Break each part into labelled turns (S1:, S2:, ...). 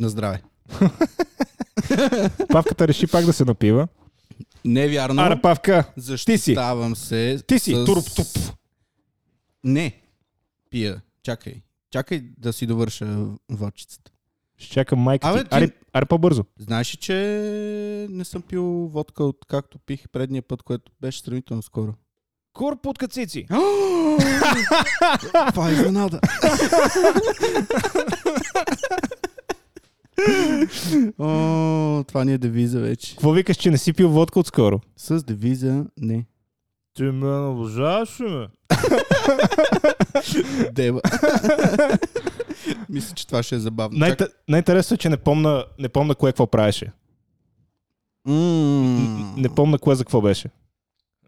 S1: На здраве.
S2: Павката реши пак да се напива.
S1: Не е вярно.
S2: Аре, Павка, ти си.
S1: Защитавам се.
S2: Ти си
S1: с-
S2: туруп-туп.
S1: Не. Пия. Чакай. Чакай да си довърша водчицата.
S2: ще чакам майка
S1: Абе,
S2: ти.
S1: ти-
S2: Аре, аре по-бързо.
S1: Знаеш ли, че не съм пил водка от както пих предния път, което беше сравнително скоро.
S3: Кур под кацици.
S1: Това е изненада. О, това ни е девиза вече.
S2: Какво викаш, че не си пил водка отскоро?
S1: С девиза не.
S3: Ти ме наближаваш ли ме?
S1: Дева. Мисля, че това ще е забавно.
S2: Най- Най-интересно е, че не помна, не помна кое какво правеше.
S1: М,
S2: Не помна кое за какво беше.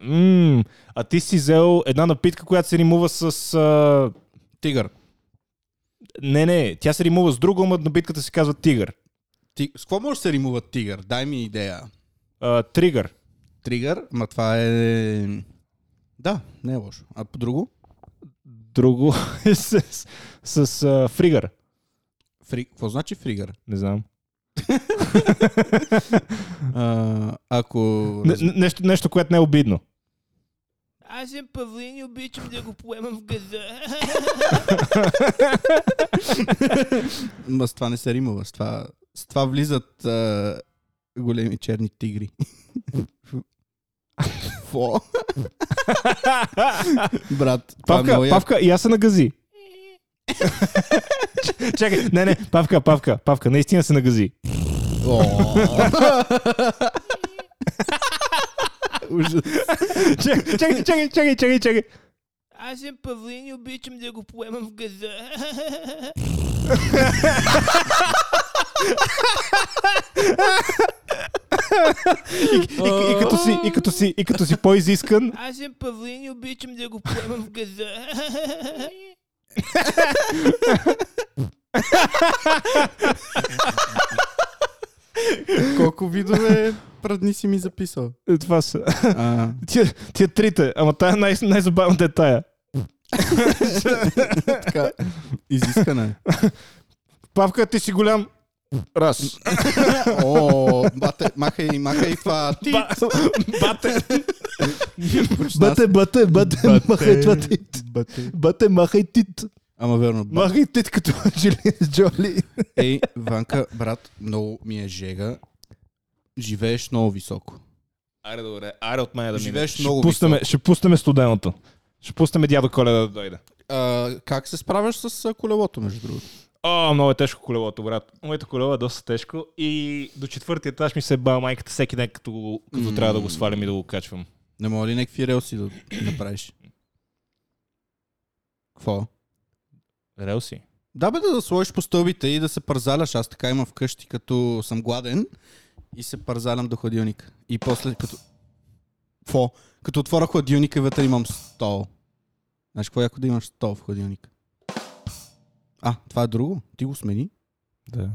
S2: Мм, а ти си взел една напитка, която се римува с... А...
S1: Тигър.
S2: Не, не, тя се римува с друго, но напитката се казва тигър.
S1: Ти... С какво може да се римува тигър? Дай ми идея.
S2: А, тригър.
S1: Тригър, ма това е... Да, не е лошо. А по друго?
S2: Друго е с, с, с а, фригър.
S1: Фри... Какво значи фригър?
S2: Не знам.
S1: А, ако...
S2: Не, не- нещо, нещо, което не е обидно.
S3: Аз съм павлин и обичам да го поемам в газа.
S1: Ма с това не се римува. С това, с това влизат а, големи черни тигри. Фо? Брат, това е
S2: Павка,
S1: много яко.
S2: Павка, и аз се нагази. Чакай, не, не, Павка, Павка, Павка, наистина се нагази.
S1: О. Ужас.
S2: Чакай, чакай, чакай, чакай, чакай, чакай.
S3: Аз съм павлин и обичам да го поемам в газа.
S2: И, и, като си, и, като си, и като си по-изискан,
S3: Аз съм павлин и обичам да го поемам в газа.
S1: Колко видове прадни си ми записал?
S2: е, това са.
S1: А,
S2: Тия, тия трите, ама тая най- най-забавната е тая.
S1: така, е. изискане.
S2: Павка, ти си голям. Раз.
S1: О, бате, махай, махай това. Ти,
S2: Ба- Бате.
S4: Бате, бате, бате, махай това тит.
S1: бате.
S4: Бате, махай тит.
S1: Ама верно, бате.
S4: Махай тит като Анджелина Джоли.
S1: Ей, Ванка, брат, много ми е жега. Живееш много високо.
S2: Аре, добре, аре от мен да
S1: Живееш
S2: Ще
S1: много
S2: пуснем, ще пуснем студеното. Ще пуснем дядо Коледа да дойде.
S1: А, как се справяш с а, колелото, между другото?
S2: О, много е тежко колелото, брат. Моето колело е доста тежко и до четвъртия етаж ми се бава майката всеки ден, като, го- като
S1: М.
S2: трябва да го свалям и да го качвам.
S1: Не мога ли някакви релси да направиш? Какво?
S2: Релси.
S1: Да бе да, да сложиш по стълбите и да се парзаляш. Аз така имам вкъщи, като съм гладен и се парзалям до хладилника. И после като... Какво? Като отворя хладилника и вътре имам стол. Знаеш какво е яко да имаш стол в хладилника? А, това е друго. Ти го смени.
S2: Да.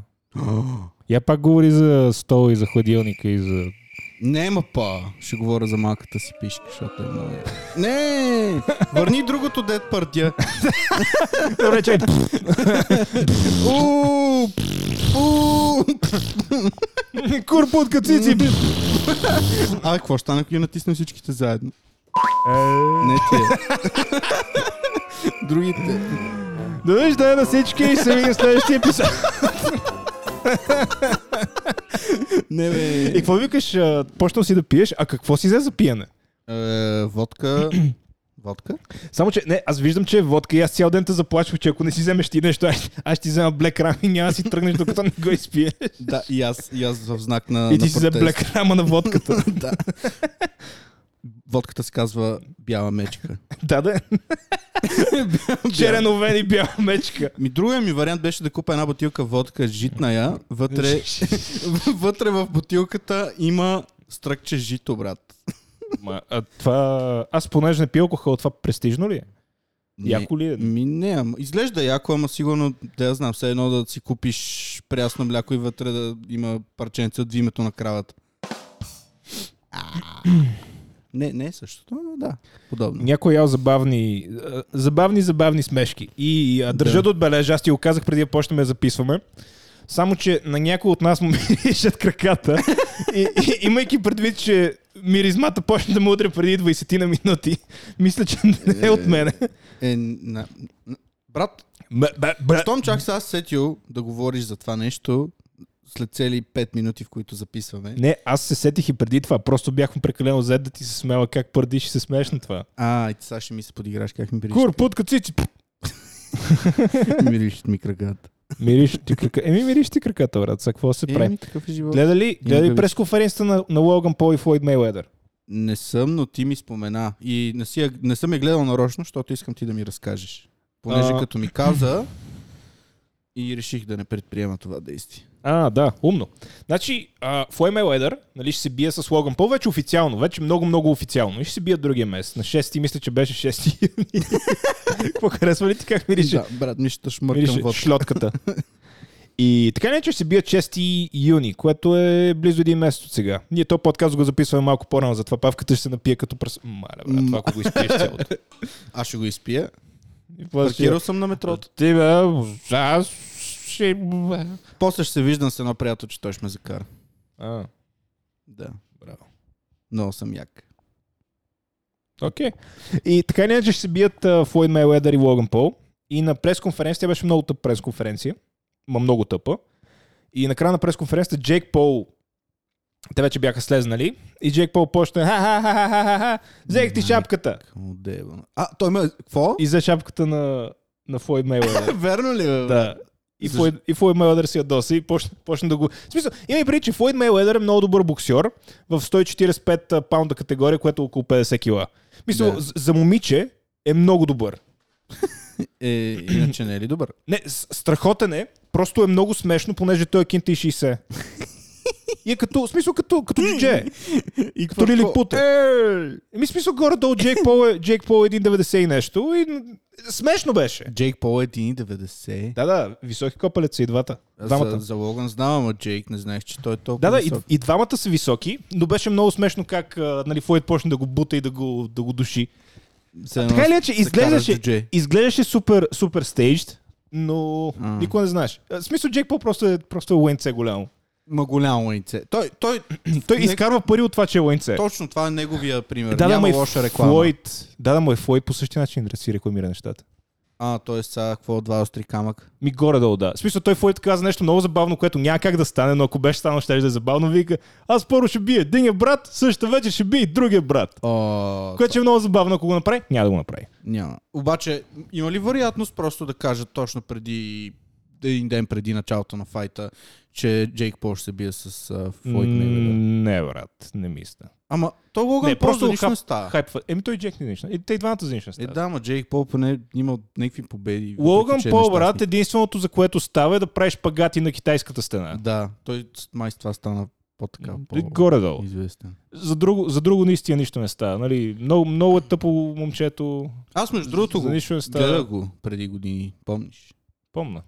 S2: Я пак говори за стол и за хладилника и за...
S1: Нема па. Ще говоря за малката си пишка, защото е много. яка. Не! Върни другото дед партия.
S2: Добре, чай. Курпа от кацици.
S1: А, какво стана, ако ги натиснем всичките заедно? Не ти е. Другите.
S2: Довиждане на всички и се видим в следващия епизод.
S1: Не, бе.
S2: И какво викаш? а, Почнал си да пиеш, а какво си взе за пиене?
S1: Е, водка. Водка?
S2: Само, че не, аз виждам, че е водка и аз цял ден те заплачвам, че ако не си вземеш ти нещо, аз, аз ще ти взема Black Ram и няма да си тръгнеш, докато не го изпиеш.
S1: Да, и аз, и аз в знак на.
S2: И ти
S1: на
S2: си за
S1: протест.
S2: Black Ram на водката.
S1: Да. Водката се казва бяла мечка.
S2: да, да. Черен овен и бяла мечка.
S1: Ми другия ми вариант беше да купя една бутилка водка житная. Вътре, вътре в бутилката има стръкче жито, брат.
S2: Ма, а това... Аз понеже не пия алкохол, това престижно ли е?
S1: Не,
S2: Яко ли е?
S1: Ми не, ама, изглежда яко, ама сигурно, да я знам, все едно да си купиш прясно мляко и вътре да има парченце от името на кравата. А. Не, не е същото, но да, подобно.
S2: Някой е ял забавни, а, забавни, забавни смешки. И а, държа да.
S1: Да.
S2: да отбележа, аз ти го казах преди да почнем да записваме. Само, че на някой от нас му миришат краката. И, и, имайки предвид, че миризмата почна да му удря преди 20 на минути, мисля, че не е от мене.
S1: Е, на... на- Брат, щом чак сега се сетил да говориш за това нещо, след цели 5 минути, в които записваме.
S2: Не, аз се сетих и преди това. Просто бях прекалено зает да ти се смела как пърдиш и се смееш на това.
S1: А, и ти сега ще ми се подиграш как ми мириш.
S2: Кур, путка, цици. пф.
S1: мириш ми краката.
S2: Мириш ти крака. Еми, мириш ти краката, брат. За какво се прави?
S1: Еми, такъв е живот.
S2: Гледа ли, гледа ли
S1: Имам
S2: през конференцията на, на Логан Пол и Флойд Мейуедър?
S1: Не съм, но ти ми спомена. И не, си, я- не съм я гледал нарочно, защото искам ти да ми разкажеш. Понеже
S2: А.
S1: като ми каза и реших да не предприема това действие.
S2: А, да, умно. Значи, а, Флой Мейледър, нали, ще се бие с Логан Пол, вече официално, вече много-много официално. И ще се бият другия месец. На 6 мисля, че беше 6 юни. Какво харесва ли ти как мирише?
S1: Да, брат, ми ще шмъркам
S2: Мирише
S1: вод.
S2: шлотката. И така не, че ще се бият 6 юни, което е близо един месец от сега. Ние то подкаст го записваме малко по-рано, затова павката ще се напие като пръс. Маля, брат, това ако го изпиеш цялото.
S1: Аз ще го изпия.
S2: И после ще-
S1: Паркирал съм на метрото.
S2: Ти, бе, аз ще...
S1: После ще се виждам с едно приятел, че той ще ме закара.
S2: А.
S1: Да.
S2: Браво.
S1: Много съм як.
S2: Окей. И така или иначе ще се бият а, Флойд Мейледър и Логан Пол. И на пресконференция тя беше много тъпа пресконференция. Ма много тъпа. И накрая на пресконференцията Джейк Пол те вече бяха слезнали. И Джейк Пол почна ха-ха-ха-ха-ха, взех ти шапката.
S1: Му дебана. А, той ме... Какво?
S2: И взе шапката на, на Флойд Мейледър.
S1: Верно ли, бе?
S2: да. И
S1: Защо?
S2: Флойд, и Флойд Мейледър си ядоса и почна, почна да го... В смисъл, има и преди, че Флойд Мейледър е много добър боксер в 145 а, паунда категория, което е около 50 кила. Мисля,
S1: Да.
S2: да. за момиче е много добър.
S1: Е, иначе не е ли добър?
S2: Не, с- страхотен е. Просто е много смешно, понеже той е кинта и 60. И е като, в смисъл, като, като джудже.
S1: И
S2: Като Лили Пута. Еми, в смисъл, горе-долу Джейк Пол е, Джейк Пол е 1,90 и нещо. И н- смешно беше.
S1: Джейк Пол е 1,90.
S2: Да, да, високи копалец са и двата.
S1: За,
S2: Двамата.
S1: за Логан знам, ама Джейк не знаех, че той е толкова
S2: Да, да, и,
S1: висок.
S2: и двамата са високи, но беше много смешно как а, нали, Флойд почна да го бута и да го, да го души.
S1: Все едно
S2: Така или иначе,
S1: се караш
S2: изглеждаше,
S1: джудже.
S2: изглеждаше супер, супер стейджд, но
S1: М.
S2: никога не знаеш. А, В смисъл, Джейк Пол просто е, просто е лънце голямо.
S1: Ма голямо яйце. Той, той,
S2: Той
S1: Не-
S2: изкарва пари от това, че е лънце.
S1: точно това е неговия пример.
S2: Да, да,
S1: Няма
S2: ма и
S1: лоша реклама.
S2: Флойд, да, да, му е Флойд по същия начин да си рекламира нещата.
S1: А, т.е. сега какво от два остри камък?
S2: Ми горе-долу, да. В смисъл, той Флойд каза нещо много забавно, което няма как да стане, но ако беше станало, ще да е забавно. Вика, аз първо ще бия единия брат, също вече ще бия и другия брат.
S1: О,
S2: Което е много забавно, ако го направи, няма да го направи.
S1: Няма. Обаче, има ли вероятност просто да кажат точно преди един ден преди началото на файта, че Джейк Пол ще се бие с а, Флойд
S2: М,
S1: Мейведър?
S2: Не, брат, не мисля.
S1: Ама, то Логан
S2: не,
S1: Пол за
S2: просто
S1: нищо не
S2: хап,
S1: става.
S2: хайпва. Еми той и Джек не нищо. И те и двамата за нищо не
S1: Е,
S2: стават.
S1: да, ама Джейк Пол поне има някакви победи.
S2: Логан
S1: въпреки че е
S2: Пол, брат,
S1: нещастник.
S2: единственото, за което става е да правиш пагати на китайската стена.
S1: Да, той с- май с това стана по-така
S2: Е,
S1: по
S2: Горе-долу.
S1: известен.
S2: За друго, за друго наистина нищо не става. Нали? Много, много е тъпо момчето.
S1: Аз между другото
S2: за
S1: го
S2: нищо не става.
S1: гледах го преди години, помниш?
S2: Помна.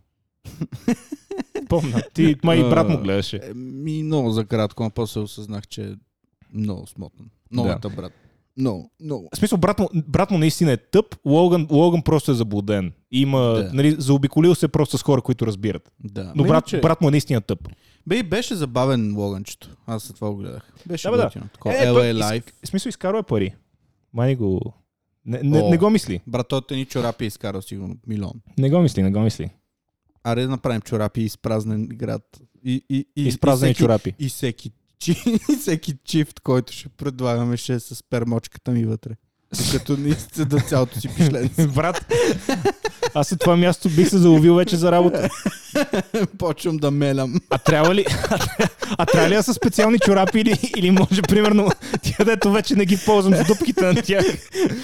S2: Помна. Ти май и брат му гледаше.
S1: Е, Ми много за кратко, но после осъзнах, че е много смотан. Много
S2: Да.
S1: да. брат. Много, много.
S2: В смисъл, брат му, брат му наистина е тъп. Логан, Логан просто е заблуден. Има,
S1: Да.
S2: нали, заобиколил се просто с хора, които разбират.
S1: Да.
S2: Но
S1: Ма
S2: брат,
S1: иначе-
S2: брат му е наистина тъп.
S1: Бе, и беше забавен логанчето. Аз след това го гледах. Беше
S2: Да, бе, да.
S1: готино. Такова
S2: Е, той
S1: LA
S2: из-
S1: Live.
S2: В смисъл, изкарва пари. Мани го... Не, не,
S1: О.
S2: не го мисли.
S1: Брат, той ни чорапи е изкарал сигурно милион.
S2: Не го мисли, не го мисли.
S1: Аре да направим чорапи изпразнен град. И, и, и,
S2: Изпразнени
S1: и всеки,
S2: чорапи.
S1: И всеки, чи- и всеки чифт, който ще предлагаме, ще е с пермочката ми вътре. Докато не изцеда цялото си пишленце.
S2: Брат, аз от това място бих се заловил вече за работа.
S1: Почвам да мелям.
S2: А трябва ли, а, тря- а трябва ли да са специални чорапи или, или може, примерно, тя дето вече не ги ползвам за дупките на тях,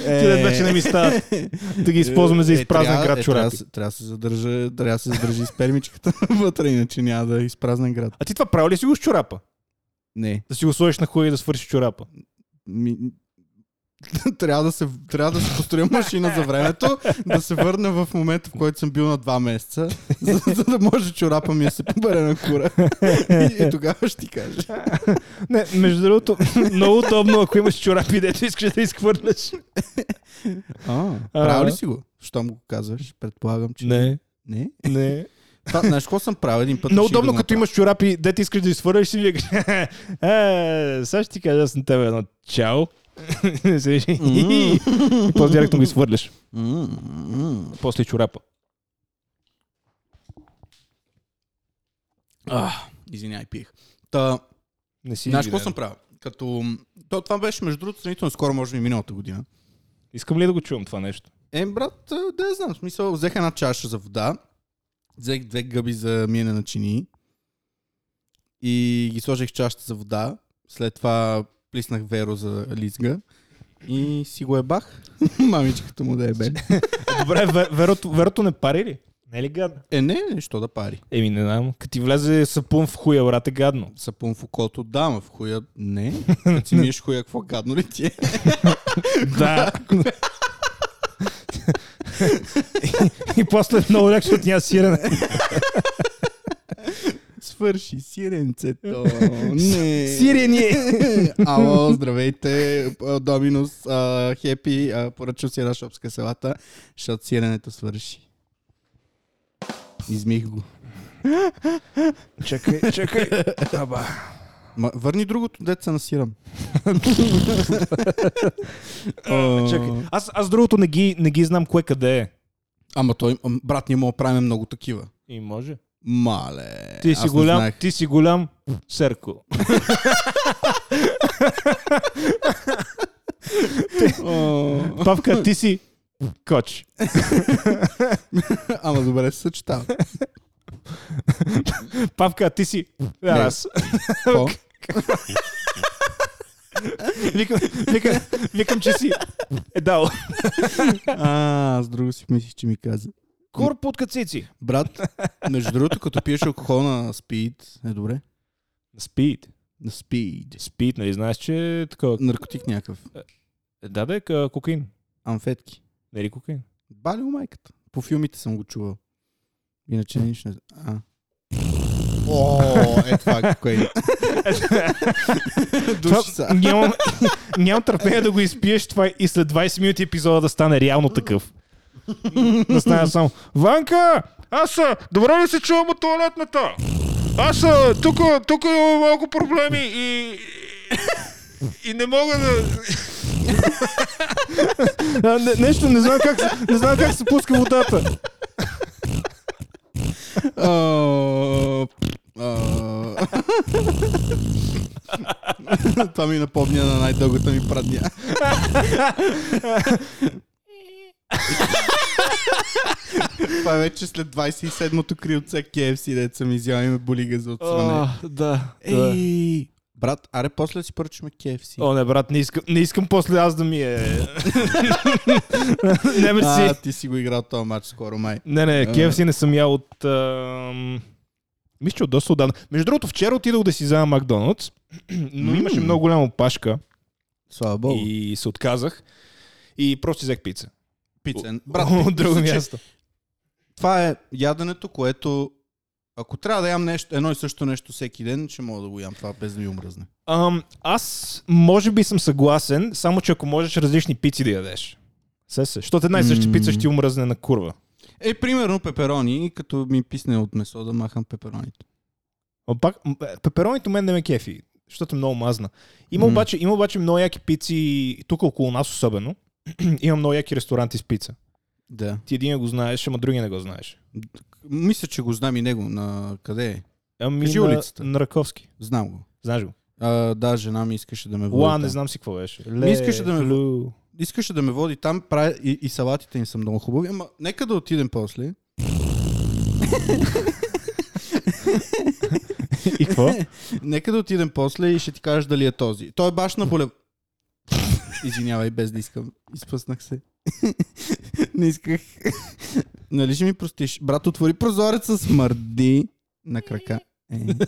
S2: тя дето вече не ми стават, да ги използваме за
S1: Е,
S2: изпразнен
S1: трябва-
S2: град
S1: е, трябва
S2: чорапи.
S1: да се- Трябва да се задържа, трябва да се задържи с пермичката вътре, иначе няма да е изпразнен град.
S2: А ти това правил ли си го с чорапа?
S1: Не.
S2: Да си го сложиш на хуя и да свършиш чорапа.
S1: Ми... трябва, да се, трябва да се построя машина за времето, да се върна в момента, в който съм бил на два месеца, за, за да може чорапа ми е да се побере на кура. И, и тогава ще ти кажа.
S2: Не, между другото, много удобно, ако имаш чорапи, дето искаш да изхвърляш.
S1: А, правил ли си го? Щом го казваш, предполагам, че...
S2: Не,
S1: Не?
S2: не.
S1: Та, знаеш какво съм правил един път?
S2: Много
S1: реших да
S2: удобно,
S1: го
S2: като
S1: направя.
S2: имаш чорапи, де ти искаш да изфърляш си викаш. Е, сега ще ти кажа аз на тебе едно чао. Седиш и- И после директно го изфърляш.
S1: М-м-м.
S2: После и чорапа.
S1: А, Извинявай, пих. Та,
S2: Не си
S1: знаеш какво
S2: виновен.
S1: съм правил? Като... То, това беше, между другото, сравнително скоро, може би миналата година.
S2: Искам ли да го чувам това нещо?
S1: Е, брат, а, да я знам. В смисъл, взех една чаша за вода, взех две гъби за миене на чини и ги сложих в чашата за вода. След това плиснах веро за лизга и си го ебах. Мамичката му да ебе.
S2: Добре, ве- верото, верото не пари ли? Не е ли гадно?
S1: Е, не, нещо да пари.
S2: Еми, не знам. Като ти влезе сапун в хуя, брат, е гадно.
S1: Сапун в окото, да, ама в хуя, не. Като си миеш хуя, какво гадно ли ти е?
S2: Да. и, и после е много лек, защото няма сирене.
S1: Свърши сиренцето. Не.
S2: Сирене!
S1: Ало, здравейте, а, Доминус, а, Хепи, а, поръчам си една шопска салата, защото сиренето свърши. Измих го.
S2: чакай, чакай. Аба.
S1: Ма, върни другото, деца насирам.
S2: чакай. Аз, аз другото не ги, не ги знам кое къде е.
S1: Ама той, ам, брат, ние мога да правим много такива.
S2: И може.
S1: Мале.
S2: Ти
S1: аз
S2: си
S1: не
S2: голям,
S1: знаех.
S2: ти си голям серко.
S1: О,
S2: Павка, ти си коч.
S1: Ама добре се съчетава.
S2: Павка, ти си раз.
S1: О,
S2: Викам, викам, викам, че си е дал.
S1: А, аз друго си мислих, че ми каза.
S2: Корп от кацици.
S1: Брат, между другото, като пиеш алкохол на спид, е добре.
S2: Спид.
S1: На спид.
S2: Спид, нали знаеш, че е такова.
S1: Наркотик някакъв.
S2: Да, да, е ка- кокаин.
S1: Амфетки.
S2: Нали кокаин?
S1: Бали у майката. По филмите съм го чувал. Иначе нищо не... А. О, е това кое
S2: Това-
S1: Души са.
S2: Нямам, нямам търпение да го изпиеш това и след 20 минути епизода да стане реално такъв. да стане само Ванка! Аз са, добре ли се чувам от туалетната? Аз са, тук, тук имам малко проблеми и... И не мога да... а, не, нещо, не знам, как, се- не знам как се пуска водата.
S1: О, о. Това ми напомня на най-дългата ми прадня. Това е вече след 27-то крилце KFC, деца съм изял и ме боли газа от сване.
S2: да.
S1: Ей, Е, брат, аре после да си поръчаме KFC.
S2: О, не, брат, не искам, не искам после аз да ми е... не, мерси.
S1: А, ти си го играл този матч скоро, май.
S2: Не, не,
S1: А.
S2: KFC не съм ял от... ам, Мисля, че от доста отдавна. Между другото, вчера отидох да си взема Макдоналдс, но
S1: М.
S2: имаше много голяма опашка
S1: Слава богу. И...
S2: и се отказах. И просто си взех пица.
S1: Пицен.
S2: Брат,
S1: Брат,
S2: от друго
S1: мисля, че
S2: място.
S1: Това е яденето, което ако трябва да ям нещо, едно и също нещо всеки ден, ще мога да го ям това без да ми умръзне.
S2: Ам, аз може би съм съгласен, само че ако можеш различни пици да ядеш. Се, се. Защото една и съща
S1: М.
S2: пица ще ти умръзне на курва.
S1: Е, примерно пеперони, като ми писне от месо да махам пепероните.
S2: А Пак, м, е, пеперонито мен не ме кефи, защото е много мазна. Има,
S1: М.
S2: обаче, има обаче много яки пици, тук около нас особено. има много яки ресторанти с пица.
S1: Да.
S2: Ти един го знаеш, ама другия не го знаеш.
S1: Мисля, че го знам и него. На къде е?
S2: Ами
S1: Кажи
S2: на,
S1: улицата.
S2: на Раковски.
S1: Знам го.
S2: Знаеш го?
S1: А, да, жена ми искаше да ме води.
S2: Уа,
S1: там.
S2: не знам си какво беше.
S1: Ми искаше да ме-
S2: лю.
S1: Искаше да ме води там, прави и, и салатите им са много хубави. Ама нека да отидем после.
S2: И какво?
S1: Нека да отидем после и ще ти кажа дали е този. Той е баш на булев... Извинявай, без да искам. Изпъснах се. Не исках. Нали ще ми простиш? Брат, отвори прозореца, смърди на крака. Е.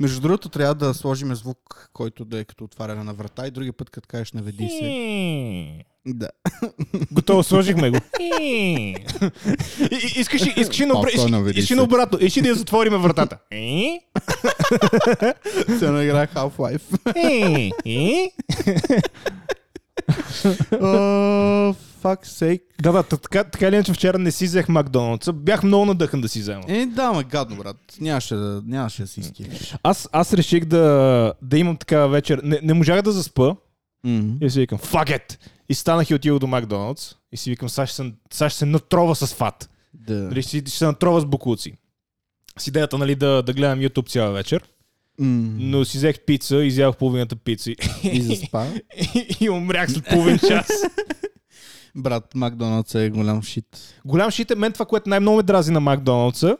S1: Между другото, трябва да сложим звук, който да е като отваряне на врата и други път, като кажеш наведи се. Да.
S2: Готово, сложихме го. И- и- Искаш и- искаш и на обра-
S1: Папа,
S2: искаш-
S1: наведи
S2: искаш и
S1: се.
S2: на обратно. Искаш и да я затвориме вратата. И-
S1: Се наиграх Half-Life.
S2: и- и-
S1: О, fuck's sake.
S2: Да, да, та- така, така или иначе вчера не си взех Макдоналдса. Бях много надъхан да си взема.
S1: Е, да, ма гадно, брат. Нямаше да, нямаше да си изкивиш.
S2: Аз, аз реших да, да имам такава вечер. Не, не можах да заспа
S1: Мгм.
S2: и си викам, fuck it! И станах и отидох до Макдоналдс и си викам, сега ще, съм- сега ще се натрова с фат.
S1: Да.
S2: Нали, ще, си- ще се натрова с букуци. С идеята, нали, да, да гледам YouTube цяла вечер.
S1: Мгм.
S2: Но си взех пица, изях половината пица и,
S1: И заспа.
S2: и умрях след половин час.
S1: Брат, Макдоналдс е голям шит.
S2: Голям шит е мен това, което най-много ме дрази на Макдоналдса,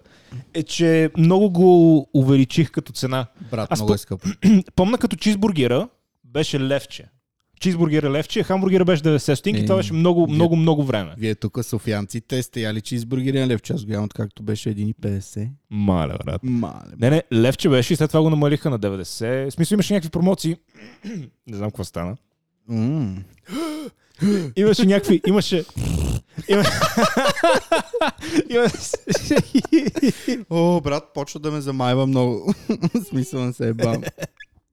S2: е, че много го увеличих като цена.
S1: Брат,
S2: Аз
S1: много
S2: по-
S1: е скъп.
S2: Помна като чизбургера беше левче. Чизбургера левче, хамбургера беше 90 стотинки,
S1: Е,
S2: това беше много,
S1: вие-
S2: много, много време.
S1: Вие тук, софиянците, сте яли чизбургери на лев час, голямо, както беше 1,50.
S2: Маля, брат.
S1: Мале.
S2: Не, не, левче беше и след това го намалиха на 90. В смисъл имаше някакви промоции. не знам какво стана.
S1: М.
S2: Имаше някакви, имаше... Има- Имаше...
S1: О, брат, почва да ме замайва много. В Смисъл не се е бам.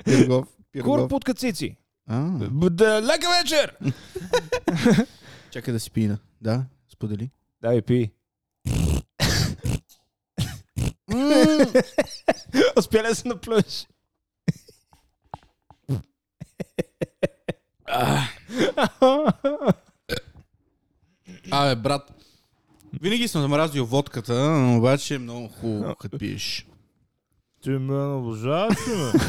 S1: Пирогов.
S2: Кур
S1: Пирогов.
S2: под кацици.
S1: А,
S2: Б- Да, лека вечер!
S1: чакай да си пина. Да, сподели.
S2: Дай пи. Успя ли да се наплюеш?
S1: Абе, брат. Винаги съм замразил водката, но обаче е много хубаво, като пиеш.
S4: Ти ме наближаваш, ли,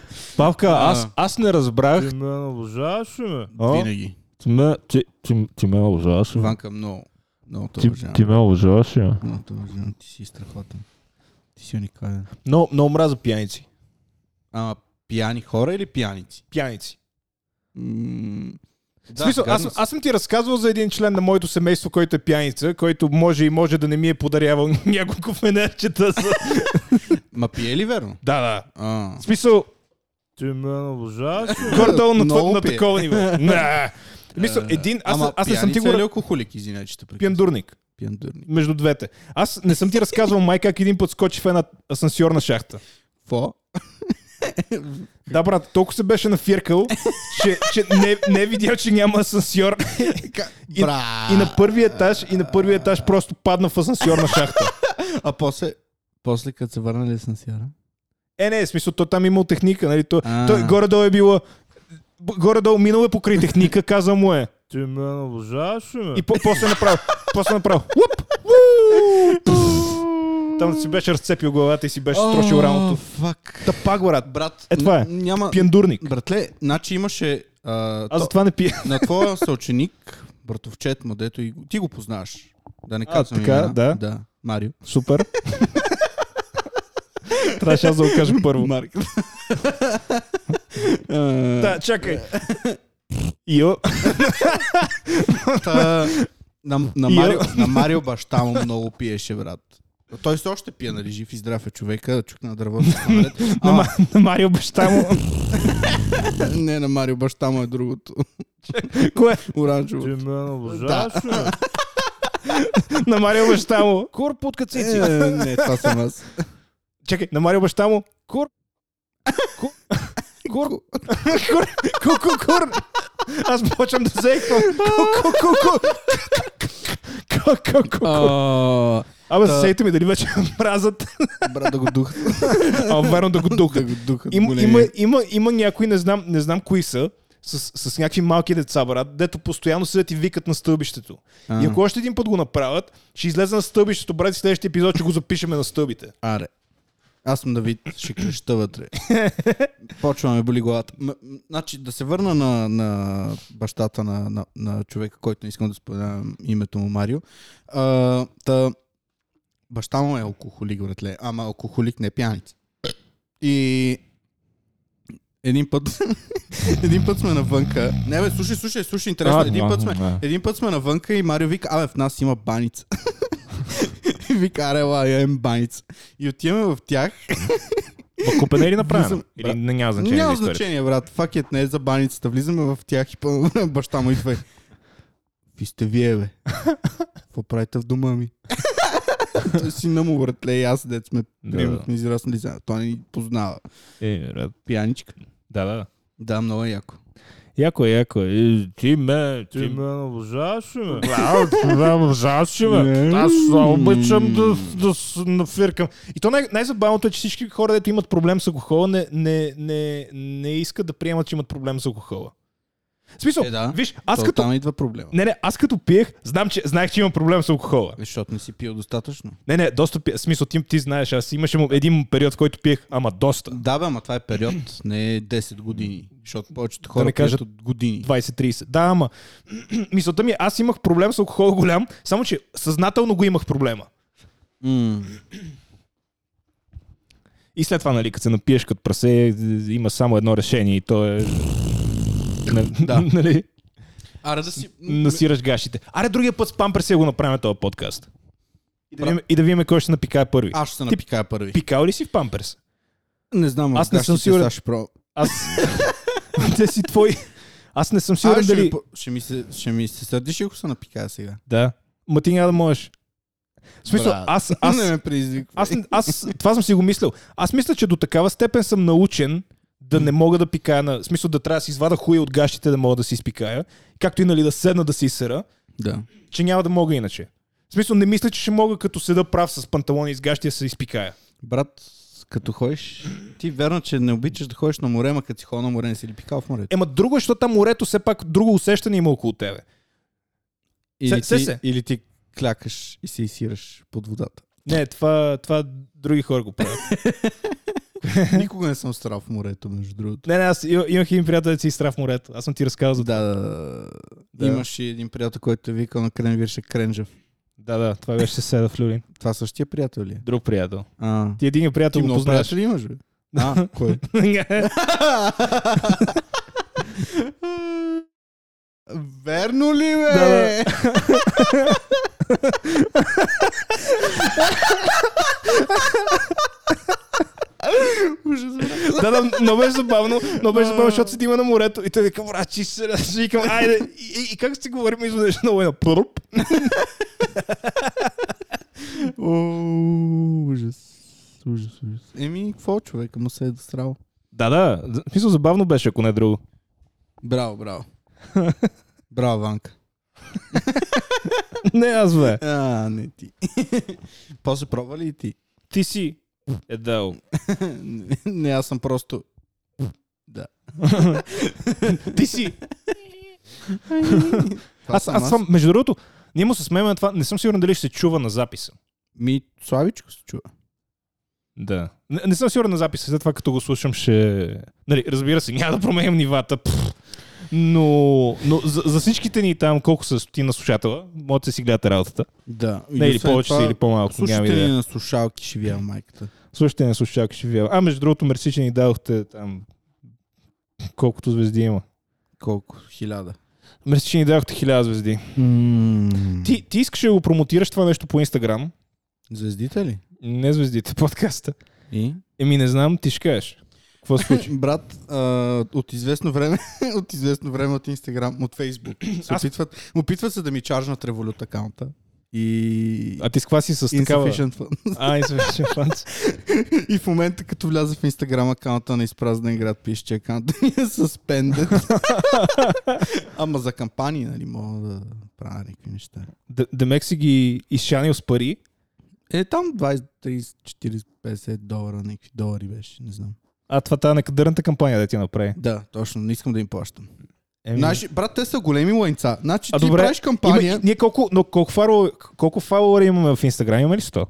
S2: Павка,
S1: аз-
S2: аз не
S4: бе?
S2: разбрах.
S4: Ти ме наближаваш, ли, бе?
S1: Винаги.
S5: Ти ме, ти, ти, ти ме уважаваш. ли?
S1: Ванка много. Много те
S5: Ти,
S1: уважавам.
S5: ти ме уважаваш. ли?
S1: Много те уважавам. Ти си страхотен. Ти си уникален.
S2: Но, но мраза пияници.
S1: Ама пияни хора или пияници?
S2: Пияници.
S1: М,
S2: Да, смисъл, аз,
S1: гадно са.
S2: аз съм ти разказвал за един член на моето семейство, който е пияница, който може и може да не ми е подарявал няколко фенерчета. За...
S1: Ма пие ли верно?
S2: да, да.
S1: А.
S2: В смисъл,
S4: Ти ме наближаваш, ли, бе?
S2: горе-долу на, това-
S1: Много
S2: на
S1: пие.
S2: такова ниво. Не. Мисъл,
S1: Е,
S2: един, аз,
S1: Ама
S2: аз не съм ти
S1: пияница
S2: го
S1: е ли
S2: е
S1: алкохолик, извинявай, че те прекъсвам.
S2: пием дурник.
S1: Пиян дурник.
S2: Между двете. Аз не съм ти разказвал май как един път скочи в една асансьорна шахта.
S1: Фо?
S2: Да, брат, толкова се беше нафиркал, че, че не, не е видял, че няма асансьор. И,
S1: Бра!
S2: и на първи етаж, и на първи етаж просто падна в асансьорна шахта.
S1: А после, после като се върнали с насяра?
S2: Е, не, в смисъл, то там имал техника, нали? То,
S1: А.
S2: той горе-долу е било... б- Горе-долу минал е покрай техника, каза му е.
S4: Ти ме наближаваш, ли, бе?
S2: И по- после направил. После направил. Уп! Уу! Пф! Там си беше разцепил главата и си беше строшил рамото.
S1: Фак.
S2: Та пак, брат.
S1: Брат,
S2: Е, това е.
S1: н- Няма...
S2: Пиендурник.
S1: Братле, значи имаше... А,
S2: Аз
S1: то-
S2: затова не пия.
S1: На твоя съученик, братовчет му, дето и... го- Ти го познаваш. Да не
S2: А,
S1: казвам
S2: така,
S1: имена.
S2: да.
S1: Да, Марио.
S2: Супер. Трябваше аз да го кажа първо.
S1: Марк.
S2: Да, чакай. Йо.
S1: Та, на, на,
S2: И-
S1: Марио, на Марио баща му много пиеше, брат. Той все още пие, нали, жив и здрав е човека, чук на дървото. самолет.
S2: На,
S1: Ама,
S2: Ма- на Марио баща му.
S1: не, на Марио баща му е другото.
S2: Кое?
S1: Оранжево.
S4: Ти ме наближаваш, ли, бе?
S2: На Марио баща му. Кур под кацици.
S1: Е, не, това съм аз.
S2: Чакай, на Марио баща му. Кур. Кур. Кур. Кур. Кур. Кур. Кур. Аз почвам да заеквам. Кур. Кур. Кур. Кур. Кур. Кур. Кур. Кур.
S1: А,
S2: Абе,
S1: та-
S2: сейте ми дали вече мразът.
S1: Брат, да го духа.
S2: А, верно да го духа.
S1: Да го духа.
S2: Им, има, има, има някои, не знам, не знам кои са, с, с някакви малки деца, брат, дето постоянно седят и викат на стълбището. И ако още един път го направят, ще излезе на стълбището, брат, и следващия епизод ще го запишеме на стълбите.
S1: Аре. Аз съм Давид, ще креща вътре. Почваме боли главата. М- м- значи да се върна на, на бащата на, на, на човека, който не искам да споменавам името му Марио. А, та, баща му е алкохолик, братле. Ама алкохолик не е пияница. И един път, един път сме навънка. Не, бе, слушай, слушай, слушай, интересно.
S5: А,
S1: един,
S5: да,
S1: път сме,
S5: да.
S1: един път сме навънка и Марио вика, абе, в нас има баница. И вика, аре, ла, ем баница. И отиваме в тях.
S2: Купена или направена?
S1: Влизам-
S2: Или не няма значение?
S1: Няма
S2: за историята?
S1: значение, брат. Факет не е за баницата. Влизаме в тях и пълно време баща му идва и... Ви сте вие, бе. Какво правите в дома ми? Той сина му, братле, и аз, дет сме
S2: Да, да.
S1: примерно израснали заедно. Той не ни познава.
S2: Е, брат.
S1: Пияничка.
S2: Да, да.
S1: Да, много е яко.
S5: Яко е, яко е. И Ти ме, ти ме уважаваш ли ме? Браво, ти ме уважаваш ли ме? Аз обичам да, да с- нафиркам.
S2: И то най- най-забавното е, че всички хора, дето имат проблем с алкохола, не, не, не, не искат да приемат, че имат проблем с алкохола. В смисъл,
S1: Е, да.
S2: виж, аз
S1: То
S2: като...
S1: Там идва проблема.
S2: Не, не, аз като пиех, знам, че, знаех, че имам проблем с алкохола.
S1: Защото не си пил достатъчно.
S2: Не, не, доста пи... в смисъл, ти, ти знаеш, аз имаше му- един период, в който пиех, ама доста.
S1: Да, бе, ама това е период, не е 10 години. Защото повечето хора
S2: не
S1: да
S2: кажат
S1: кажат от години.
S2: 20-30. Да, ама мисълта ми, е, аз имах проблем с алкохол голям, само че съзнателно го имах проблема.
S1: М,
S2: И след това, нали, като се напиеш като прасе, има само едно решение и то е...
S1: Да.
S2: да. нали,
S1: Аре да си...
S2: насираш гашите. Аре, другия път с пампер си го направим този подкаст. И да, видим, и да видим кой ще напикае първи.
S1: Аз ще се напикая първи.
S2: Пикал ли си в памперс?
S1: Не знам,
S2: Аз не
S1: как
S2: съм
S1: ще
S2: сигурен.
S1: сега ще пробвам.
S2: Аз... Те си твои... Аз не съм сигурен
S1: Абе, ще
S2: дали...
S1: ми по- Ще ми се- ще ми се сърдиш, ако се напикая сега.
S2: Да. Ма ти няма да можеш. В смисъл,
S1: Брат.
S2: аз,
S1: Аз
S2: аз,
S1: не ме предизвиквай.
S2: Аз, аз това съм си го мислил. Аз мисля, че до такава степен съм научен да не мога да пикая на... В смисъл да трябва да си извада хуя от гащите да мога да си изпикая, както и нали да седна да си изсъра,
S1: Да.
S2: че няма да мога иначе. В смисъл не мисля, че ще мога като седа прав с панталони и с гащи да се изпикая.
S1: Брат, като ходиш, ти верно, че не обичаш да ходиш на море, ма като си ходил на море, не си ли пикал в морето?
S2: Ема друго, е, защото там морето все пак друго усещане има около тебе. се-
S1: Или,
S2: се-
S1: ти,
S2: се.
S1: или ти клякаш и се изсираш под водата.
S2: Не, това, това други хора го правят.
S1: Никога не съм страл в морето, между другото.
S2: не, не, аз им- имах един приятел, да си изтра в морето. Аз съм ти разказал за...
S1: Да, да, да.
S2: Да.
S1: да. Имаше един приятел, който е викал на Кренвирше Кренжев.
S2: Да, да, това беше Седа Флюрин.
S1: Това същия приятел ли е?
S2: Друг приятел.
S1: А,
S2: Ти един е приятел
S1: ти
S2: го
S1: много
S2: познаваш.
S1: приятели имаш, бе? А, кой? Верно ли, бе?
S2: Да, да.
S1: Ужас, бе.
S2: да, да, но беше забавно, но беше забавно, защото седима на морето и той вика, брат, че се раз, викам, айде, и, и, и как ще си говорим изведнъж на война? Пърп.
S1: О, ужас. Ужас, ужас. Еми, какво човека му се е дострал?
S2: Да, да, в смисъл забавно беше, ако не е друго.
S1: Браво, браво. Браво, Ванка.
S2: Не аз, бе.
S1: А, не ти. После пробва ли и ти?
S2: Ти си. Е, да.
S1: не, аз съм просто...
S2: Ти си.
S1: Това
S2: Аз,
S1: съм
S2: аз, съм, между другото, ние му се смеем на това, не съм сигурен дали ще се чува на записа.
S1: Ми, славичко се чува.
S2: Да. Не, не съм сигурен на записа, след това като го слушам ще... Нали, разбира се, няма да променям нивата. Пфф. Но, но за, за, всичките ни там, колко са стотина слушателя, можете да си гледате работата.
S1: Да.
S2: Не, или повече си, или по-малко. Слушайте,
S1: Слушайте ли
S2: идея.
S1: на слушалки, ще вия майката.
S2: слушайте на слушалки, ще ви А, между другото, мерси, че ни дадохте там колкото звезди има.
S1: Колко? Хиляда.
S2: Мерси, че ни дадохте хиляда звезди.
S1: Ти...
S2: Ти, ти искаш ли да го промотираш това нещо по Инстаграм?
S1: Звездите ли?
S2: Не звездите, подкаста.
S1: И?
S2: Еми, не знам, ти ще кажеш. Какво се случи?
S1: Брат, а, от известно време, от известно време от Инстаграм, от Фейсбук. Се
S2: Аз-
S1: опитват, опитват се да ми чаржнат револют акаунта. И...
S2: а ти с каква си с такава?
S1: Insufficient fund.
S2: А, insufficient funds.
S1: И в момента, като вляза в Инстаграм акаунта на изпразнен град, пише, че акаунтът ми е съспенден. Ама за кампании, нали, мога да правя някакви неща.
S2: Д- Демек си ги изшанил с пари.
S1: Е, там 20, 30, 40, 50 долара, някакви долари беше, не знам.
S2: А това тази некадърната кампания да ти направи.
S1: Да, точно, не искам да им плащам.
S2: Еми,
S1: Значи, брат, те са големи лайнца. Значи,
S2: А,
S1: ти
S2: добре,
S1: правиш
S2: има,
S1: кампания.
S2: ние колко, но колко, фару, колко фалуара имаме в Инстаграм? Имаме ли 100?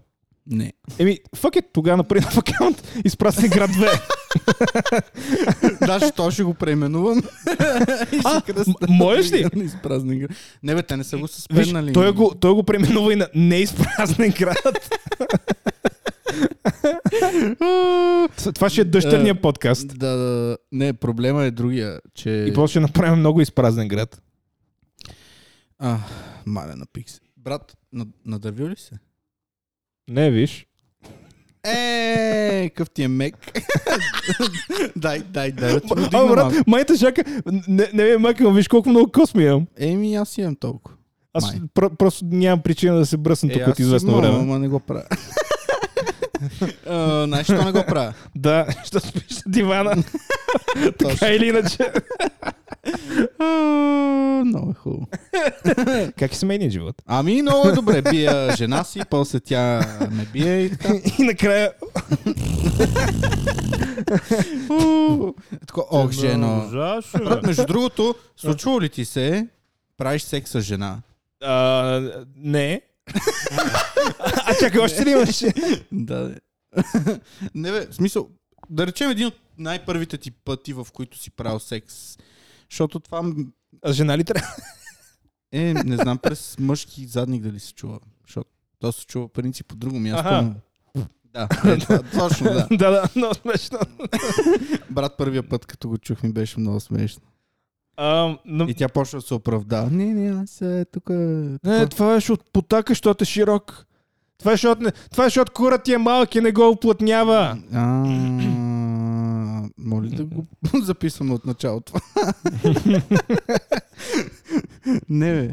S1: Не.
S2: Еми, fuck it, тогава направи нов акаунт, изпрати град 2.
S1: Даже то ще го преименувам. И ще
S2: А,
S1: кръста
S2: м- можеш ли?
S1: на изпразнен град. Не, бе, те не са го
S2: Виж,
S1: съспеннали.
S2: той го, той го преименува и на неизпразнен град. Това ще е дъщерния подкаст.
S1: Да, да, да. не, проблема е другия, че...
S2: И после ще направим много изпразнен град.
S1: А, мале на пикс. Брат, на- надървил ли се?
S2: Не, виж.
S1: Е, къв ти е мек. дай, дай, дай. да ти го
S2: А,
S1: дигна
S2: брат,
S1: малко.
S2: майта жака, не, не ми е макъл, виж колко много косми имам.
S1: Еми, аз имам толкова.
S2: Аз
S1: Май.
S2: пр- просто нямам причина да се бръсна тук от известно
S1: имам,
S2: време.
S1: Ама не го правя. А, Знаеш, що не го правя?
S2: Да, ще спиш на дивана. така е.
S1: Точно.
S2: или иначе.
S1: А, Много е хубаво.
S2: Как е семейният живот?
S1: Ами, много е добре. Бия жена си, после тя ме бие и така.
S2: И накрая...
S1: Уу. Е Тако, ох, жено.
S5: Ужасно, бе.
S1: Брат, между другото, случвало ли ти се, правиш секс с жена?
S2: А, не. а чакай, още ли имаш?
S1: Да, да. Не бе, в смисъл, да речем един от най-първите ти пъти, в които си правил секс. Защото това м-
S2: А жена ли трябва?
S1: е, не знам, през мъжки задник дали се чува. Защото то се чува в принцип по друго място.
S2: Аха.
S1: но- Да, е, това- точно да.
S2: да, да, много смешно.
S1: Брат, първия път, като го чух, ми беше много смешно.
S2: А, но...
S1: И тя почна да се оправда. Не, не, аз е тук...
S2: Не, това е от потака, защото е широк. Това е защото, не- това е защото курът ти е малък и не го уплътнява.
S1: А, моля да го записвам от начало това. не, бе.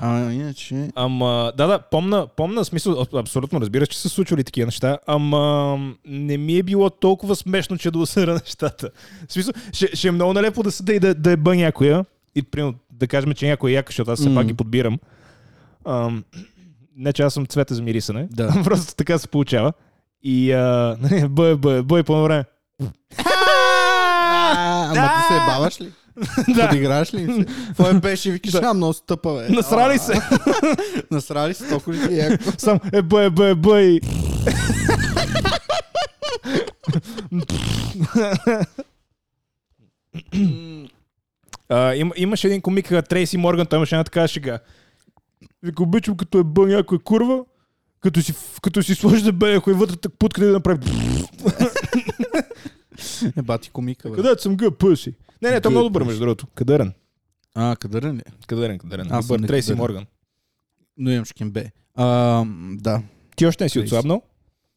S1: А, иначе...
S2: Ама, да, да, помна, помна, в смисъл, аб- абсолютно разбираш, че са случвали такива неща, ама не ми е било толкова смешно, че да усъра нещата. В смисъл, ще, ще е много налепо да седа и да, да еба някоя, и примерно, да кажем, че някоя е яка, защото аз все
S1: Мм.
S2: пак ги подбирам. Ам, не, че аз съм цвета за мирисане,
S1: Да.
S2: просто така се получава. И а, нали, бъй, бъй, бъй по едно време.
S1: А, ама ти се баваш ли?
S2: Да.
S1: Подиграш ли? им се? Какво е беше и викаш, да. много стъпа, бе.
S2: Насрали се.
S1: А, Насрали се, толкова ли ти е яко?
S2: Сам е бъй, е бъй, е бъй. А, им, имаше един комик, а, Трейси Морган, той имаше една такава шега. Вика, обичам като е бъл някой курва, като си, като си сложи да бе някой вътре, так путката да направи.
S1: Е, бати комика, бе.
S2: Където съм гъ, пъси. Не, не, той е много добър,
S1: Good
S2: между другото. Кадърен.
S1: А, къде ли? е?
S2: Кадърен, кадърен.
S1: Аз съм
S2: Добър, Трейси
S1: некадърен.
S2: Морган.
S1: Но имам шкембе. А, да.
S2: Ти още не си
S1: Трейси.
S2: отслабнал?